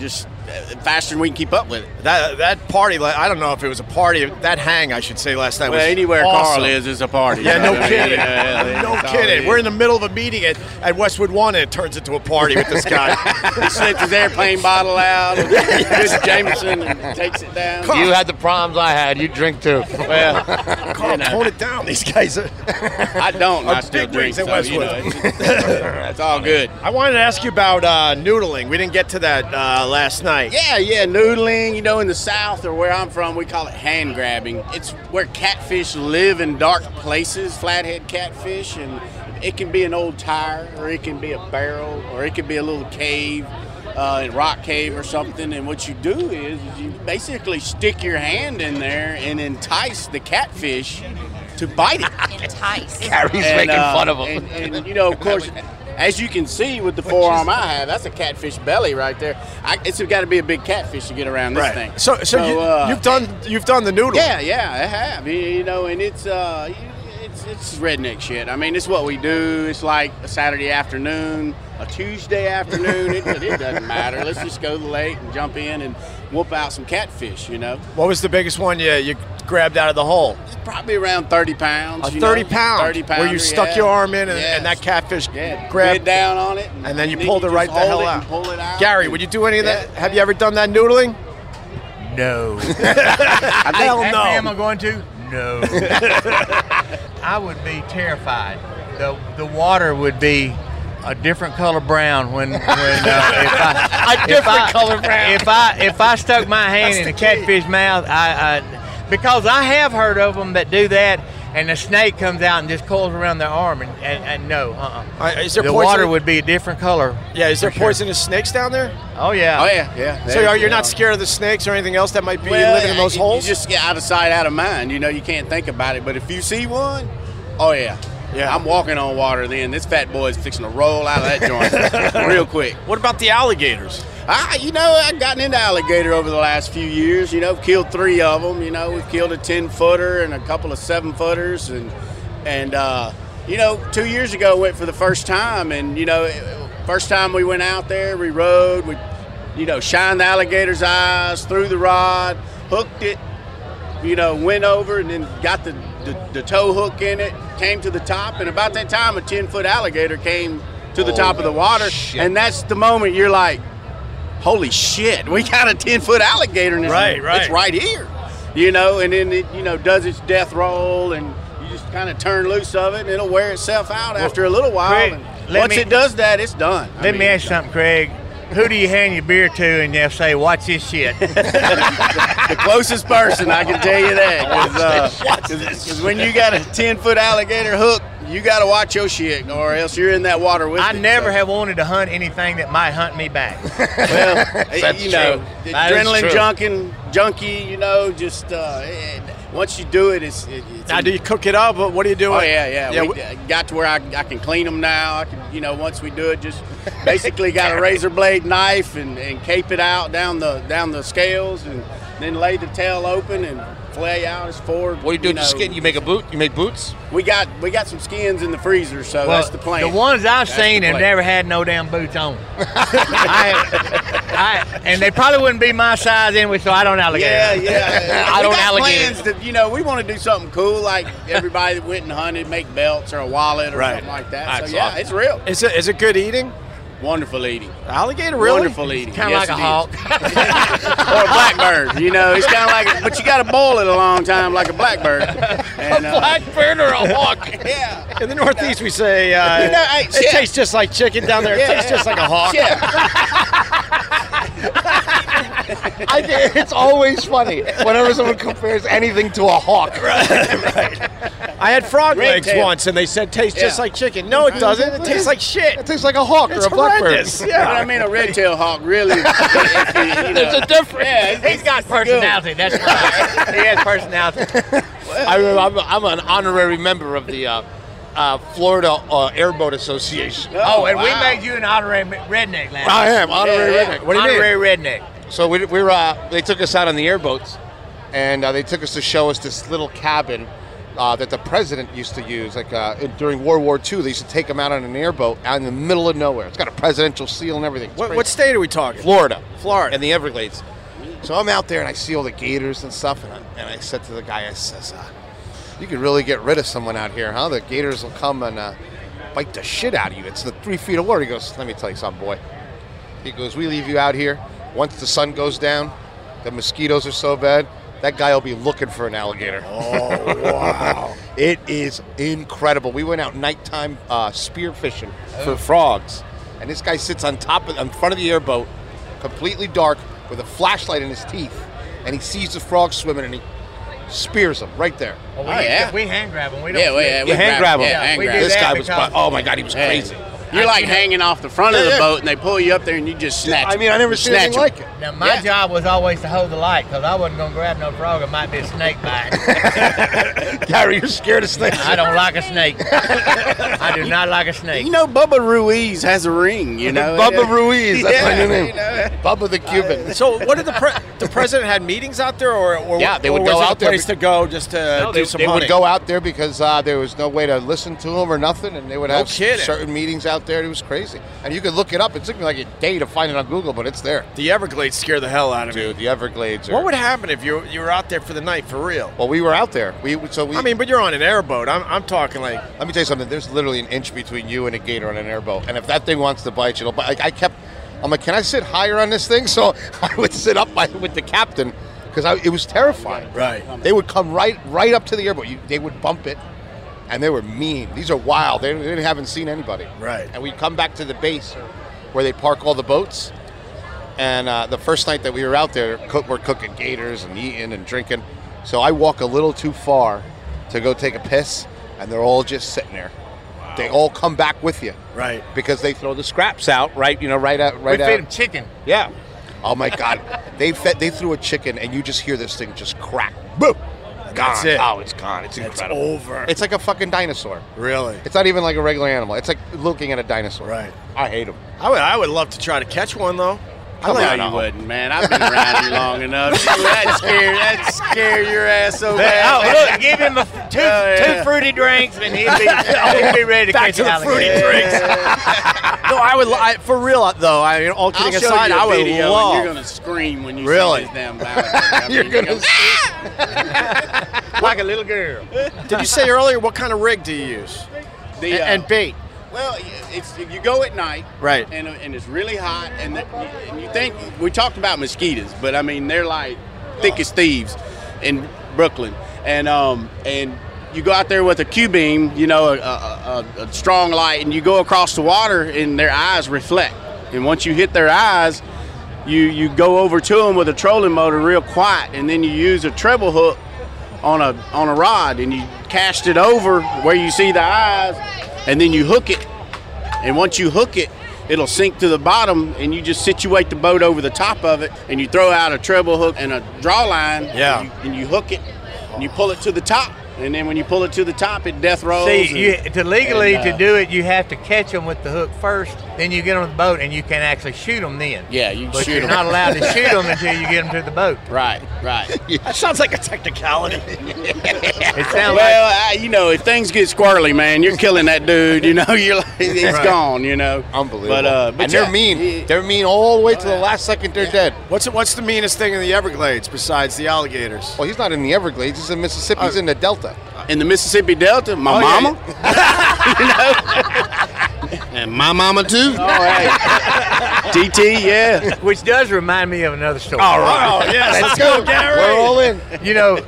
Speaker 6: just uh, faster than we can keep up with it.
Speaker 2: That that party, like, I don't know if it was a party, that hang, I should say, last night
Speaker 6: Well,
Speaker 2: was
Speaker 6: anywhere
Speaker 2: awesome.
Speaker 6: Carl is, is a party.
Speaker 2: Yeah, no
Speaker 6: I mean,
Speaker 2: kidding.
Speaker 6: yeah, yeah,
Speaker 2: no
Speaker 6: that's all it
Speaker 2: kidding.
Speaker 6: is.
Speaker 2: We're in the middle of a meeting at, at Westwood One, and it turns into a party with this guy.
Speaker 6: <laughs> he slipped his airplane bottle out, and <laughs> Chris Jameson and takes it down.
Speaker 3: You had the problems I had. You drink <laughs> too.
Speaker 2: <laughs>
Speaker 6: Well,
Speaker 2: Carl,
Speaker 6: you know.
Speaker 2: tone it down. These guys are.
Speaker 6: I don't.
Speaker 2: Our
Speaker 6: I still
Speaker 2: big
Speaker 6: drink.
Speaker 2: wigs at
Speaker 6: so, you know,
Speaker 2: Westwood.
Speaker 6: it's- that's all good.
Speaker 2: I wanted to ask you about uh, noodling. We didn't get to that uh, last night.
Speaker 6: Yeah, yeah, noodling. You know, in the South or where I'm from, we call it hand grabbing. It's where catfish live in dark places, flathead catfish, and it can be an old tire, or it can be a barrel, or it can be a little cave, uh, a rock cave or something. And what you do is, is you basically stick your hand in there and entice the catfish to bite it. <laughs> uh,
Speaker 7: Entice.
Speaker 3: Gary's making fun of him.
Speaker 6: And, and, you know, of course, as you can see with the forearm I have, that's a catfish belly right there. I, it's got to be a big catfish to get around this
Speaker 2: Right.
Speaker 6: thing.
Speaker 2: So, so, you,
Speaker 6: uh,
Speaker 2: you've done you've done the noodle.
Speaker 6: yeah, yeah, I have. You- You know, and it's uh, it's it's redneck shit. I mean, it's what we do. It's like a Saturday afternoon, a Tuesday afternoon. it, it doesn't matter. Let's just go to the lake and jump in and whoop out some catfish. You know,
Speaker 2: What was the biggest one you you grabbed out of the hole?
Speaker 6: probably around thirty pounds.
Speaker 2: A
Speaker 6: you
Speaker 2: thirty
Speaker 6: know,
Speaker 2: pound.
Speaker 6: Thirty pounds.
Speaker 2: Where you stuck your arm in and, and that catfish grabbed
Speaker 6: bid down on it,
Speaker 2: and then you
Speaker 6: then
Speaker 2: pulled
Speaker 6: you
Speaker 2: it right the
Speaker 6: just hold
Speaker 2: hell
Speaker 6: it
Speaker 2: out.
Speaker 6: and pull it out.
Speaker 2: Gary, would you do any of that? Have you ever done that noodling?
Speaker 24: No.
Speaker 2: I Hell
Speaker 24: That
Speaker 2: no.
Speaker 24: fam I'm going to? No. I would be terrified. The the water would be a different color brown
Speaker 25: <laughs>
Speaker 24: when when uh, if I
Speaker 25: A
Speaker 24: if
Speaker 25: different
Speaker 24: I-
Speaker 25: color brown.
Speaker 24: If I if I stuck my hand in a catfish mouth, I, I because I have heard of them that do that. And the snake comes out and just coils around their arm, and, and, and no, uh-uh.
Speaker 2: Uh, is there
Speaker 24: the
Speaker 2: poison-
Speaker 24: water would be a different color.
Speaker 2: Yeah, is there
Speaker 24: for sure.
Speaker 2: poisonous snakes down there?
Speaker 24: Oh yeah.
Speaker 6: Oh, yeah, yeah.
Speaker 2: So
Speaker 6: There
Speaker 2: are
Speaker 6: you
Speaker 2: you
Speaker 6: go.
Speaker 2: not scared of the snakes or anything else that might be
Speaker 6: Well,
Speaker 2: living in those
Speaker 6: you-
Speaker 2: holes?
Speaker 6: You just get out of sight, out of mind. You know, you can't think about it. But if you see one, oh yeah, yeah, I'm walking on water. Then this fat boy is fixing to roll out of
Speaker 2: <laughs>
Speaker 6: that joint <laughs> real quick.
Speaker 2: What about the
Speaker 6: I,
Speaker 2: alligators?
Speaker 6: Ah, you know, I've gotten into alligator over the last few years. You know, I've killed three of them. You know, we've killed a ten footer and a couple of seven footers, and and uh, you know, two years ago went for the first time, and you know, first time we went out there, we rode, we, you know, shined the alligator's eyes, threw the rod, hooked it, you know, went over and then got the, the, the toe hook in it, came to the top, and about that time a 10 foot alligator came to the top of the water. And that's the moment you're like, holy shit, we got a 10 foot alligator in this
Speaker 2: Right,
Speaker 6: thing.
Speaker 2: right.
Speaker 6: It's right here, you know, and then it, you know, does its death roll and you just kind of turn loose of it and it'll wear itself out after a little while.
Speaker 24: Craig,
Speaker 6: and
Speaker 24: let
Speaker 6: once
Speaker 24: me-
Speaker 6: it does that, it's done. I
Speaker 24: Let me
Speaker 6: mean,
Speaker 24: ask you something, Craig. Who do you hand your beer to and they'll say, watch this shit?
Speaker 6: <laughs> the
Speaker 4: <laughs>
Speaker 6: closest
Speaker 24: <laughs>
Speaker 6: uh, person, I can tell you that. Because when you got a 10 foot alligator hook, you got to watch your shit, or else you're in that water with
Speaker 4: I
Speaker 6: it,
Speaker 4: never
Speaker 6: so.
Speaker 4: have wanted to hunt anything that might hunt me back.
Speaker 6: Well, you know, the
Speaker 4: That is
Speaker 6: adrenaline
Speaker 4: true.
Speaker 6: junkin, junkie, you know, just uh, eh, eh, once you do it, it's. It, it's
Speaker 2: Now, do you cook it up? Or what do you do?
Speaker 6: Oh
Speaker 2: with-
Speaker 6: yeah, yeah.
Speaker 2: yeah
Speaker 6: we
Speaker 2: we-
Speaker 6: d- got to where I, I can clean them now. I can, you know, once we do it, <laughs> just basically got a razor blade knife and, and cape it out down the down the scales, and then lay the tail open and flay out as forward.
Speaker 3: What do you do with the
Speaker 6: know.
Speaker 3: skin? You make a boot? You make boots?
Speaker 6: We got we got some skins in the freezer, so
Speaker 4: Well,
Speaker 6: that's the plan.
Speaker 4: The ones I've
Speaker 6: That's the
Speaker 4: seen have
Speaker 6: plan.
Speaker 4: never had no damn boots on. <laughs> I, I, and they probably wouldn't be my size anyway, so I don't alligator. <laughs>
Speaker 6: Yeah, yeah.
Speaker 4: I don't
Speaker 6: we got
Speaker 4: alligator.
Speaker 6: plans to, you know, we want to do something cool, like everybody that went and hunted, make belts or a wallet or
Speaker 2: Right.
Speaker 6: something like that.
Speaker 2: That's
Speaker 6: so yeah,
Speaker 2: awesome.
Speaker 6: it's real.
Speaker 2: Is it is it good eating?
Speaker 6: Wonderful eating.
Speaker 2: Alligator, really?
Speaker 6: Wonderful eating.
Speaker 2: Kinda
Speaker 6: Yes,
Speaker 2: like a
Speaker 6: it is. or a blackbird. You know, it's kind of like, a, but you got to boil it a long time, like a blackbird. And, uh,
Speaker 2: blackbird
Speaker 6: or a
Speaker 2: <laughs>
Speaker 6: hawk?
Speaker 2: yeah. In the Northeast, we say uh,
Speaker 6: <laughs> You know, hey,
Speaker 2: it
Speaker 6: shit.
Speaker 2: tastes just like chicken down there. It
Speaker 6: Yeah.
Speaker 2: tastes just like a hawk.
Speaker 6: Shit.
Speaker 26: I think it's always funny whenever someone compares anything to a hawk.
Speaker 2: I had frog
Speaker 26: Red
Speaker 2: legs
Speaker 26: tail.
Speaker 2: once, and they said tastes just
Speaker 26: Yeah.
Speaker 2: like chicken. No, it doesn't. It tastes like shit. It tastes like a hawk
Speaker 26: or a blackbird.
Speaker 2: Yeah,
Speaker 6: But I mean, a red-tailed hawk
Speaker 2: <laughs>
Speaker 6: really.
Speaker 4: <laughs>
Speaker 6: There's
Speaker 2: a difference.
Speaker 4: He's got personality.
Speaker 6: <laughs>
Speaker 4: That's right. he has personality.
Speaker 2: <laughs>
Speaker 26: I remember, I'm, I'm an honorary member of the uh, uh, Florida uh, Airboat Association.
Speaker 4: Oh, and we
Speaker 26: Wow.
Speaker 4: made you an honorary redneck last
Speaker 26: I am
Speaker 4: night.
Speaker 26: honorary
Speaker 4: Yeah, yeah.
Speaker 26: redneck. What do you mean?
Speaker 4: honorary redneck.
Speaker 3: So we, we were, uh, they took us out on the airboats, and uh, they took us to show us this little cabin uh, that the president used to use. Like uh, during World War II, they used to take them out on an airboat out in the middle of nowhere. It's got a presidential seal and everything. It's
Speaker 2: What,
Speaker 3: crazy.
Speaker 2: what state are we talking?
Speaker 3: Florida.
Speaker 2: Florida.
Speaker 3: And the Everglades. So I'm out there and I see all the gators and stuff, and I, and I said to the guy, I says, uh, "You could really get rid of someone out here, huh? The gators will come and uh, bite the shit out of you. It's the three feet of water." He goes, "Let me tell you something, boy." He goes, "We leave you out here. Once the sun goes down, the mosquitoes are so bad." That guy will be looking for an alligator. Oh, wow. <laughs> it is incredible. We went out nighttime uh, spear fishing for frogs, and this guy sits on top of, in front of the airboat, completely dark, with a flashlight in his teeth, and he sees the frog swimming, and he spears him right there.
Speaker 4: Oh, we, we hand grab them. We don't
Speaker 6: Yeah, we, yeah, we
Speaker 3: You hand grab him.
Speaker 6: Yeah, hand
Speaker 3: We
Speaker 6: grab
Speaker 3: did
Speaker 6: him.
Speaker 3: This guy that was because- bu- oh my God, he was
Speaker 6: Yeah.
Speaker 3: crazy.
Speaker 6: You're
Speaker 3: I-
Speaker 6: like hanging off the front of
Speaker 3: Yeah,
Speaker 6: the
Speaker 3: yeah.
Speaker 6: boat, and they pull you up there, and you just snatch.
Speaker 3: I
Speaker 6: him.
Speaker 3: mean, I never
Speaker 6: You
Speaker 3: seen anything
Speaker 6: snatch him.
Speaker 3: like it.
Speaker 4: Now my job was always to hold the light because I wasn't gonna grab no frog. It might be a snake bite.
Speaker 3: <laughs> Gary, you're scared of snakes.
Speaker 4: I
Speaker 6: <laughs>
Speaker 4: don't like a snake. I do not like a snake.
Speaker 6: You know, Bubba Ruiz has a ring. You know,
Speaker 3: <laughs> Bubba Ruiz, that's my
Speaker 6: yeah,
Speaker 3: new name.
Speaker 6: you know.
Speaker 3: <laughs>
Speaker 6: <laughs>
Speaker 3: Bubba the Cuban.
Speaker 2: So, what did the pre- the president had meetings out there, or, or
Speaker 3: Yeah, they would
Speaker 2: or
Speaker 3: go
Speaker 2: was it
Speaker 3: out
Speaker 2: a
Speaker 3: there
Speaker 2: place
Speaker 3: be-
Speaker 2: to go just to
Speaker 3: No,
Speaker 2: do
Speaker 3: they,
Speaker 2: some
Speaker 3: they would
Speaker 2: hunting?
Speaker 3: go out there because uh, there was no way to listen to them or nothing, and they would
Speaker 2: No
Speaker 3: have
Speaker 2: kidding.
Speaker 3: certain meetings out there. It was crazy, and you could look it up. It took me like a day to find it on Google, but it's there.
Speaker 2: The Everglades scare the hell out of
Speaker 3: me, dude. The Everglades. Are,
Speaker 2: What would happen if you you were out there for the night for real?
Speaker 3: Well, we were out there. We so we.
Speaker 2: I mean, but you're on an airboat. I'm, I'm talking like.
Speaker 3: Let me tell you something. There's literally an inch between you and a gator on an airboat, and if that thing wants to bite you, it'll bite. Like, I kept. I'm like, can I sit higher on this thing? <laughs> So I would sit up by, with the captain because it was terrifying.
Speaker 2: Right.
Speaker 3: They would come right right up to the airboat. You, they would bump it, and they were mean. These are wild. They, they haven't seen anybody. Right. And we come back to the base where they park all the boats. And uh, the first night that we were out there, cook, we're cooking gators and eating and drinking. So I walk a little too far to go take a piss, and they're all just sitting there. They all come back with you,
Speaker 2: right?
Speaker 3: Because they throw the scraps out, right? You know, right out, right
Speaker 4: we
Speaker 3: out.
Speaker 4: feed them chicken.
Speaker 3: Yeah. Oh my God. <laughs> they fed, they threw a chicken, and you just hear this thing just crack. Boom. Gone.
Speaker 2: That's it.
Speaker 3: Oh, it's gone. It's incredible.
Speaker 2: over.
Speaker 3: It's like a fucking dinosaur.
Speaker 2: Really?
Speaker 3: It's not even like a regular animal. It's like looking at a dinosaur.
Speaker 2: Right.
Speaker 3: I hate them.
Speaker 2: I would I would love to try to catch one though.
Speaker 3: Come
Speaker 2: I
Speaker 3: on
Speaker 2: like
Speaker 3: now.
Speaker 6: You wouldn't, man. I've been around you long
Speaker 2: <laughs>
Speaker 6: enough. That scare,
Speaker 3: <laughs>
Speaker 6: that scare your ass so
Speaker 4: Oh,
Speaker 6: bad. Oh,
Speaker 4: look, give him a f- two,
Speaker 6: yeah.
Speaker 4: two fruity drinks and he'll
Speaker 6: <laughs>
Speaker 4: be, he'll be ready to
Speaker 2: Back
Speaker 4: catch
Speaker 2: to
Speaker 4: an
Speaker 2: the fruity
Speaker 4: alligator.
Speaker 2: drinks. no, I would. I, for real uh, though. I mean,
Speaker 6: I'll
Speaker 2: all kidding
Speaker 6: show
Speaker 2: aside,
Speaker 6: you a
Speaker 2: I would
Speaker 6: video
Speaker 2: love.
Speaker 6: And you're
Speaker 2: <laughs>
Speaker 6: gonna scream when you
Speaker 2: Really?
Speaker 6: see this damn alligator. I mean,
Speaker 2: You're gonna
Speaker 4: like a little girl.
Speaker 2: Did you say earlier what kind of rig do you use?
Speaker 6: <laughs> The,
Speaker 2: A-
Speaker 6: uh,
Speaker 2: and bait.
Speaker 6: Well, it's you go at night,
Speaker 2: Right.
Speaker 6: And, uh, and it's really hot, and, the, and you think we talked about mosquitoes, but I mean they're like thick as thieves in Brooklyn, and um and you go out there with a Q beam, you know, a, a, a, a strong light, and you go across the water, and their eyes reflect, and once you hit their eyes. You, you go over to them with a trolling motor real quiet, and then you use a treble hook on a on a rod and you cast it over where you see the eyes, and then you hook it. And once you hook it, it'll sink to the bottom, and you just situate the boat over the top of it, and you throw out a treble hook and a draw line.
Speaker 2: Yeah.
Speaker 6: And you, and you hook it, and you pull it to the top, and then when you pull it to the top, it death rolls. and-
Speaker 4: See, you, to legally
Speaker 6: and, uh,
Speaker 4: to do it, you have to catch them with the hook first. Then you get on the boat and you can actually shoot them. Then.
Speaker 6: Yeah, you
Speaker 4: But
Speaker 6: shoot
Speaker 4: you're
Speaker 6: 'em.
Speaker 4: not allowed
Speaker 6: <laughs>
Speaker 4: to shoot them until you get them to the boat.
Speaker 6: Right,
Speaker 2: <laughs>
Speaker 6: right.
Speaker 2: That sounds like
Speaker 3: <laughs>
Speaker 2: a technicality. <laughs>
Speaker 4: it
Speaker 6: well, I, you know, if things get squirrely, man, you're killing that dude. You know, <laughs> you're like, it's
Speaker 3: Right.
Speaker 6: gone. You know, unbelievable. But, uh, but
Speaker 3: and they're
Speaker 6: yeah.
Speaker 3: mean. They're mean all the way to the last second they're dead.
Speaker 2: What's what's the meanest thing in the Everglades besides the alligators?
Speaker 3: Well, he's not in the Everglades. He's in Mississippi. he's in the Delta.
Speaker 6: Uh,
Speaker 3: Oh,
Speaker 6: In the Mississippi Delta, my mama.
Speaker 3: and my mama too. <laughs>
Speaker 6: DT, yeah.
Speaker 4: Which does remind me of another story.
Speaker 3: All right. Oh, yes, let's go, Gary. We're all <laughs>
Speaker 4: in. You know,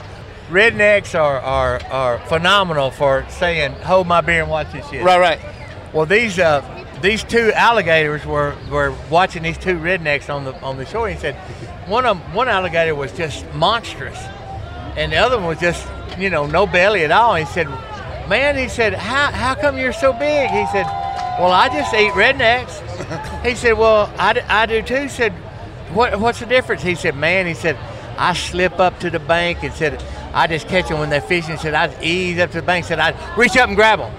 Speaker 4: rednecks are, are, are phenomenal for saying, hold my beer and watch this shit.
Speaker 3: Right, right.
Speaker 4: Well, these uh, these two alligators were, were watching these two rednecks on the on the shore. He said, one of 'em- one alligator was just monstrous, and the other one was just you know no belly at all. He said, man, he said, how how come you're so big? He said, well, I just eat rednecks. He said, well, I, d- I do too. He said, what what's the difference? He said, man, he said. I slip up to the bank and said, I just catch them when they're fishing. He said, I would ease up to the bank. He said, I would reach up and grab them.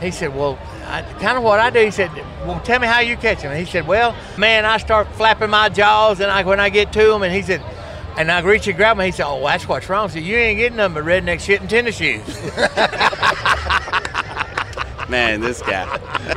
Speaker 4: He said, "Well, I, kind of what I do." He said, "Well, tell me how you catch them." He said, "Well, man, I start flapping my jaws, and I when I get to them, and he said, and I reach and grab them. He said, "Oh, that's what's wrong." So you ain't getting them but redneck shit and tennis shoes. <laughs>
Speaker 6: Man, this guy.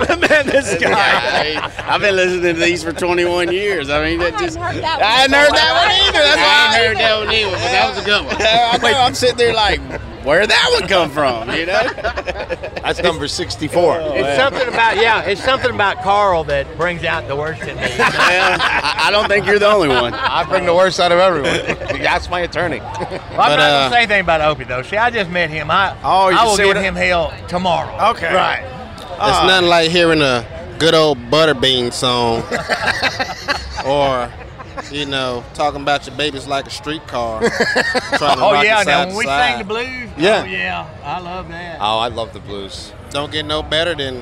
Speaker 2: Man, this
Speaker 6: guy. I have been listening to these for 21 years. I mean, that just. I
Speaker 2: heard
Speaker 6: that
Speaker 2: one.
Speaker 6: hadn't heard that one either. That's
Speaker 2: I
Speaker 6: why
Speaker 2: ain't
Speaker 6: heard that one either, but that was a good one. I know. I'm sitting there like, where'd that one come from? You know? Oh,
Speaker 3: That's number sixty-four.
Speaker 4: it's something about yeah, it's something about Carl that brings out the worst in me.
Speaker 6: I, I don't think you're the only one.
Speaker 3: <laughs> I bring the worst out of everyone. <laughs> That's my attorney.
Speaker 4: Well, I'm not
Speaker 6: uh,
Speaker 4: gonna say anything about Opie though. See, I just met him. I
Speaker 3: uh, Oh, you
Speaker 4: I will
Speaker 3: see
Speaker 4: give
Speaker 3: what-
Speaker 4: him hell tomorrow.
Speaker 2: Okay,
Speaker 4: right.
Speaker 15: It's nothing like hearing a good old Butterbean <laughs> song or, you know, talking about your babies like a <laughs> streetcar. trying to
Speaker 4: Oh
Speaker 15: rock
Speaker 4: yeah,
Speaker 15: it
Speaker 4: now
Speaker 15: side
Speaker 4: when
Speaker 15: to
Speaker 4: we
Speaker 15: side.
Speaker 4: sing the blues,
Speaker 15: Yeah.
Speaker 4: oh, yeah, I love that.
Speaker 15: Oh, I love the blues. Don't get no better than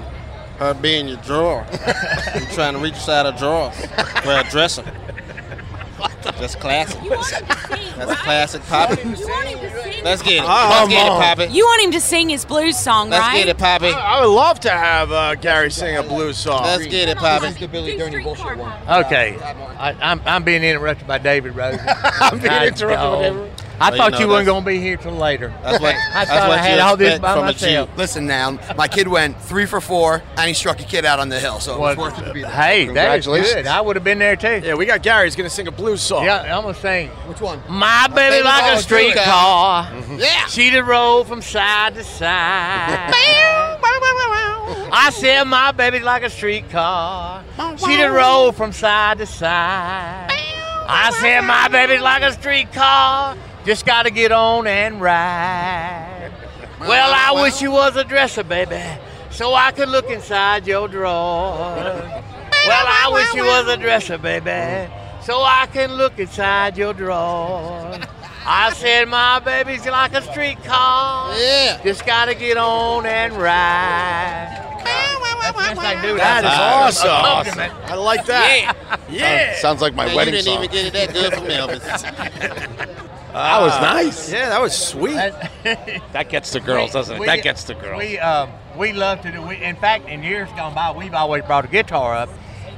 Speaker 15: her being your <laughs> drawer. you trying to reach inside a drawer for a dresser. That's classic. That's classic poppy. Let's get it. Let's get it, poppy.
Speaker 7: You want him to sing his blues song,
Speaker 15: Let's
Speaker 7: right?
Speaker 15: get it, Poppy.
Speaker 2: I would love to have uh, Gary sing a blues song.
Speaker 15: Let's get it, Poppy. This is the
Speaker 2: Billy Gurney bullshit one.
Speaker 4: Uh, Okay, I, I'm, I'm being interrupted by David Rosen.
Speaker 2: <laughs> I'm being interrupted by
Speaker 4: no.
Speaker 2: David.
Speaker 5: Well,
Speaker 4: I
Speaker 5: you
Speaker 4: thought you,
Speaker 5: know,
Speaker 4: weren't
Speaker 5: that's-
Speaker 4: going to be here till later. <laughs>
Speaker 5: That's what.
Speaker 4: I
Speaker 5: that's
Speaker 4: thought
Speaker 5: what
Speaker 4: I
Speaker 5: you
Speaker 4: had all this
Speaker 5: expect
Speaker 4: by
Speaker 5: from a
Speaker 4: myself.
Speaker 5: Jew. Listen now, my kid went three for four, and he struck a kid out on the hill, so it was worth it to be there.
Speaker 4: Hey, that is good. I would have been there too.
Speaker 2: Yeah, we got Gary's going to sing a blues song. <laughs>
Speaker 4: Yeah, I'm going to sing.
Speaker 5: Which one?
Speaker 4: My baby
Speaker 5: baby
Speaker 4: like a
Speaker 5: Bob's doing it.
Speaker 4: streetcar.
Speaker 5: Mhm.
Speaker 4: Mm-hmm. Yeah. She done rolled from side to side. I said my baby like a streetcar. She done rolled from side to side. I said my baby like a streetcar. Just gotta get on and <laughs> ride. Well, I wish you was a dresser, baby, so I could look inside your drawer. Well, I wish you was a dresser, baby, so I can look inside your drawer. I said my baby's like a streetcar. Yeah. Just gotta get on and ride. That's I do.
Speaker 2: That is
Speaker 4: That's a- a
Speaker 2: awesome.
Speaker 4: compliment.
Speaker 2: I like that.
Speaker 4: Yeah.
Speaker 3: sounds like my
Speaker 15: Man,
Speaker 3: wedding
Speaker 15: you didn't
Speaker 3: song.
Speaker 15: even get it that good from
Speaker 2: <laughs>
Speaker 15: Elvis.
Speaker 3: <laughs> Uh, that was nice.
Speaker 2: Yeah, that was sweet.
Speaker 3: <laughs> That gets the girls, doesn't it?
Speaker 4: We-
Speaker 3: that gets the girls.
Speaker 2: uh,
Speaker 4: We um, we love to do. We, in fact, in years gone by, we've always brought a guitar up,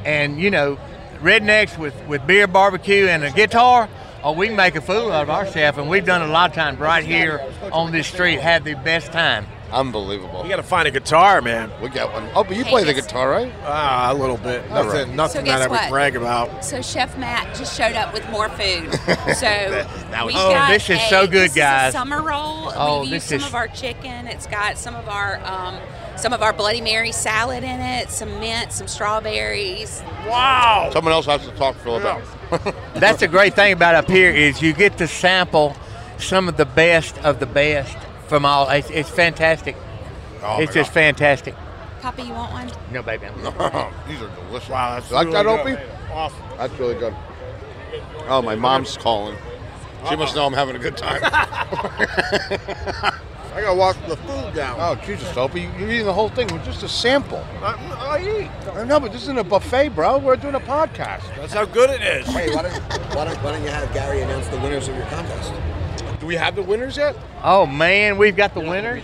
Speaker 4: and you know, rednecks with with beer, barbecue, and a guitar. Oh, we can make a fool out of ourselves, and we've done it a lot of times right here on this street. Had the best time.
Speaker 3: Unbelievable.
Speaker 2: We got to find a guitar, man.
Speaker 3: We got one. Oh, but you play the guitar, right?
Speaker 2: Ah, a little bit.
Speaker 3: All
Speaker 2: Nothing,
Speaker 3: right.
Speaker 2: nothing
Speaker 7: So
Speaker 2: that
Speaker 7: guess
Speaker 2: I would
Speaker 7: what?
Speaker 2: brag about.
Speaker 7: So Chef Matt just showed up with more
Speaker 2: <laughs>
Speaker 7: food. So
Speaker 2: That- that was-
Speaker 7: we
Speaker 2: Oh,
Speaker 7: got
Speaker 2: this is
Speaker 7: a-
Speaker 2: so good,
Speaker 7: this
Speaker 2: guys.
Speaker 7: Is a summer roll.
Speaker 4: Oh,
Speaker 7: We've used
Speaker 4: this
Speaker 7: some
Speaker 4: is-
Speaker 7: of our chicken. It's got some of our um, some of our Bloody Mary salad in it, some mint, some strawberries.
Speaker 2: Wow.
Speaker 3: Someone else has to talk Phil about.
Speaker 4: That's the great thing about up here is you get to sample some of the best of the best from all. It's, it's fantastic.
Speaker 3: Oh, my
Speaker 4: it's just
Speaker 3: God.
Speaker 4: fantastic.
Speaker 7: Poppy, you want one?
Speaker 4: No, baby. I'm
Speaker 3: <laughs> These are delicious.
Speaker 2: Wow, that's
Speaker 3: you like
Speaker 2: really
Speaker 3: that,
Speaker 2: good.
Speaker 3: Opie? That's really good. Oh, my mom's calling.
Speaker 27: She must know I'm having a good
Speaker 3: <laughs>
Speaker 27: time.
Speaker 2: <laughs> I gotta walk the food down.
Speaker 27: Oh, Jesus, Opie, you- you're eating the whole thing with just a sample.
Speaker 2: I, I eat.
Speaker 27: I know, but this isn't a buffet, bro. We're doing a podcast.
Speaker 2: That's how good it is.
Speaker 5: Hey,
Speaker 2: <laughs>
Speaker 5: why don't, why, don't, why don't you have Gary announce the winners of your contest?
Speaker 2: Do we have the winners yet?
Speaker 4: Oh man, we've got the winners.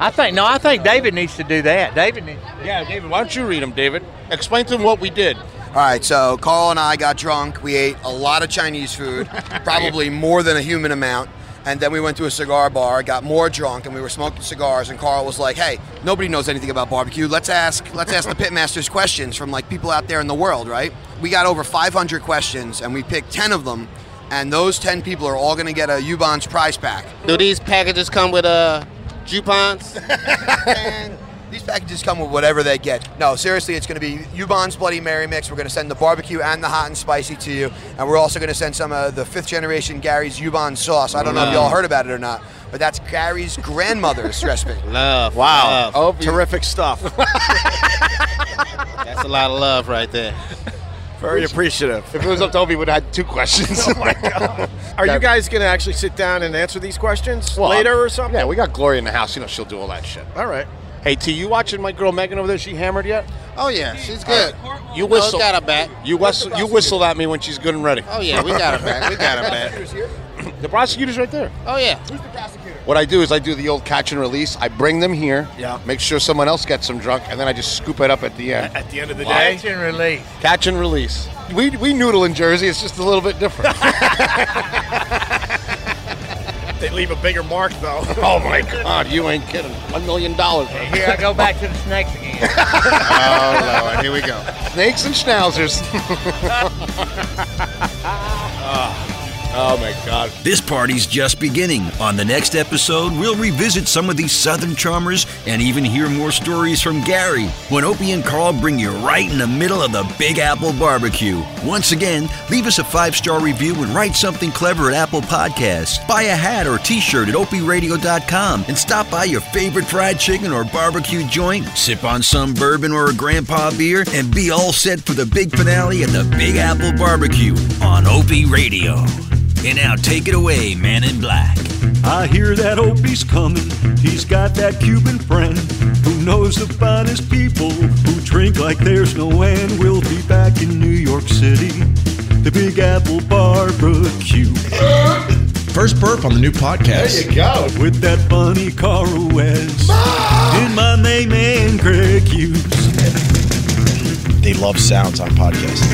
Speaker 4: I think no, I think David needs to do that. David needs.
Speaker 27: Yeah, David, why don't you read them, David? Explain to them what we did.
Speaker 5: All right, so Carl and I got drunk. We ate a lot of Chinese
Speaker 27: <laughs>
Speaker 5: food, probably more than a human amount. And then we went to a cigar bar, got more drunk, and we were smoking cigars. And Carl was like, "Hey, nobody knows anything about barbecue. Let's ask, let's
Speaker 27: <laughs>
Speaker 5: ask the pitmasters questions from like people out there in the world, right?" We got over 500 questions, and we picked 10 of them. And those 10 people are all going to get a Ubon's prize pack.
Speaker 15: Do these packages come with uh,
Speaker 5: <laughs>
Speaker 15: Jupons?
Speaker 5: These packages come with whatever they get. No, seriously, it's going to be Ubon's Bloody Mary mix. We're going to send the barbecue and the hot and spicy to you, and we're also going to send some of the fifth generation Gary's Ubon sauce. I don't know if y'all heard about it or not, but that's Gary's grandmother's recipe.
Speaker 8: Love.
Speaker 5: Wow.
Speaker 3: Oh,
Speaker 8: Love.
Speaker 2: Terrific stuff.
Speaker 8: That's a lot of love right there.
Speaker 2: Very appreciative. Oh
Speaker 3: If it was up to Obi, we'd have had two
Speaker 2: <laughs>
Speaker 3: questions. <laughs>
Speaker 2: Are you guys gonna actually sit down and answer these questions later or something?
Speaker 3: Yeah, we got Gloria in the house. You know, she'll do all that shit.
Speaker 2: All right.
Speaker 3: Hey, T, you watching my girl Megan over there? She hammered yet?
Speaker 8: Oh yeah, she's good.
Speaker 3: You
Speaker 8: No,
Speaker 3: whistle.
Speaker 8: got her back.
Speaker 3: You whistle. You whistle at me when she's good and ready.
Speaker 8: Oh yeah, we got her back. We got her back.
Speaker 3: <laughs> The prosecutor's right there.
Speaker 8: Oh yeah.
Speaker 3: What I do is I do the old catch and release. I bring them here.
Speaker 8: Yeah.
Speaker 3: Make sure someone else gets them drunk, and then I just scoop it up at
Speaker 4: <laughs>
Speaker 3: the end.
Speaker 2: At the end of the
Speaker 4: Catch and release.
Speaker 3: Catch and release. We, we noodle in Jersey. It's just a little
Speaker 4: <laughs>
Speaker 3: bit different. <laughs>
Speaker 2: They leave a bigger mark though.
Speaker 3: oh
Speaker 2: <laughs>
Speaker 3: my God, you ain't kidding. One million dollars.
Speaker 4: Here I go back to the snakes again.
Speaker 3: <laughs> oh Lord, here
Speaker 4: <laughs>
Speaker 3: we go. Snakes and schnauzers. <laughs>
Speaker 8: Oh my God. This party's just beginning. On the next episode, we'll revisit some of these Southern charmers and even hear more stories from Gary when Opie and Carl bring you right in the middle of the Big Apple Barbecue. Once again, leave us a five star review and write something clever at Apple Podcasts. Buy a hat or t shirt at opieradio.com and stop by your favorite fried chicken or barbecue joint, sip on some bourbon or a grandpa beer, and be all set for the big finale at the Big Apple Barbecue on Opie Radio. And now take it away, man in black.
Speaker 22: I hear that Opie's coming. He's got that Cuban friend who knows about his people, who drink like there's no end. We'll be back in New York City, the Big Apple Barbecue. First burp on the new podcast.
Speaker 28: There you go.
Speaker 22: With that funny Carl West and my main man Greg Hughes.
Speaker 28: They love sounds on podcasts.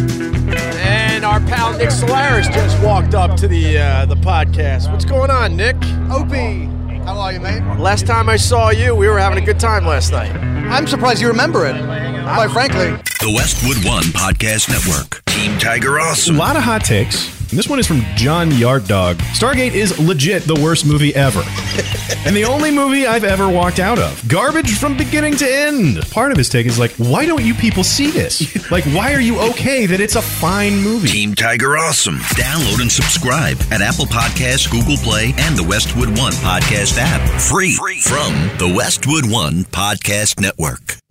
Speaker 2: And our pal Nick Solaris just walked up to the uh, the podcast. What's going on, Nick? Opie, how are you, mate? Last time I saw you, we were having a good time last night. I'm surprised you remember it. Quite frankly.
Speaker 29: The Westwood One Podcast Network. Team Tiger
Speaker 19: A
Speaker 29: Awesome.
Speaker 19: lot of hot takes. And this one is from John Yarddog. Stargate is legit the worst movie ever. and the only movie I've ever walked out of. Garbage from beginning to end. Part of his take is like, why don't you people see this? <laughs> like, why are you okay that it's a fine movie?
Speaker 29: Team Tiger Awesome. Download and subscribe at Apple Podcasts, Google Play, and the Westwood One Podcast app. Free from the Westwood One Podcast Network.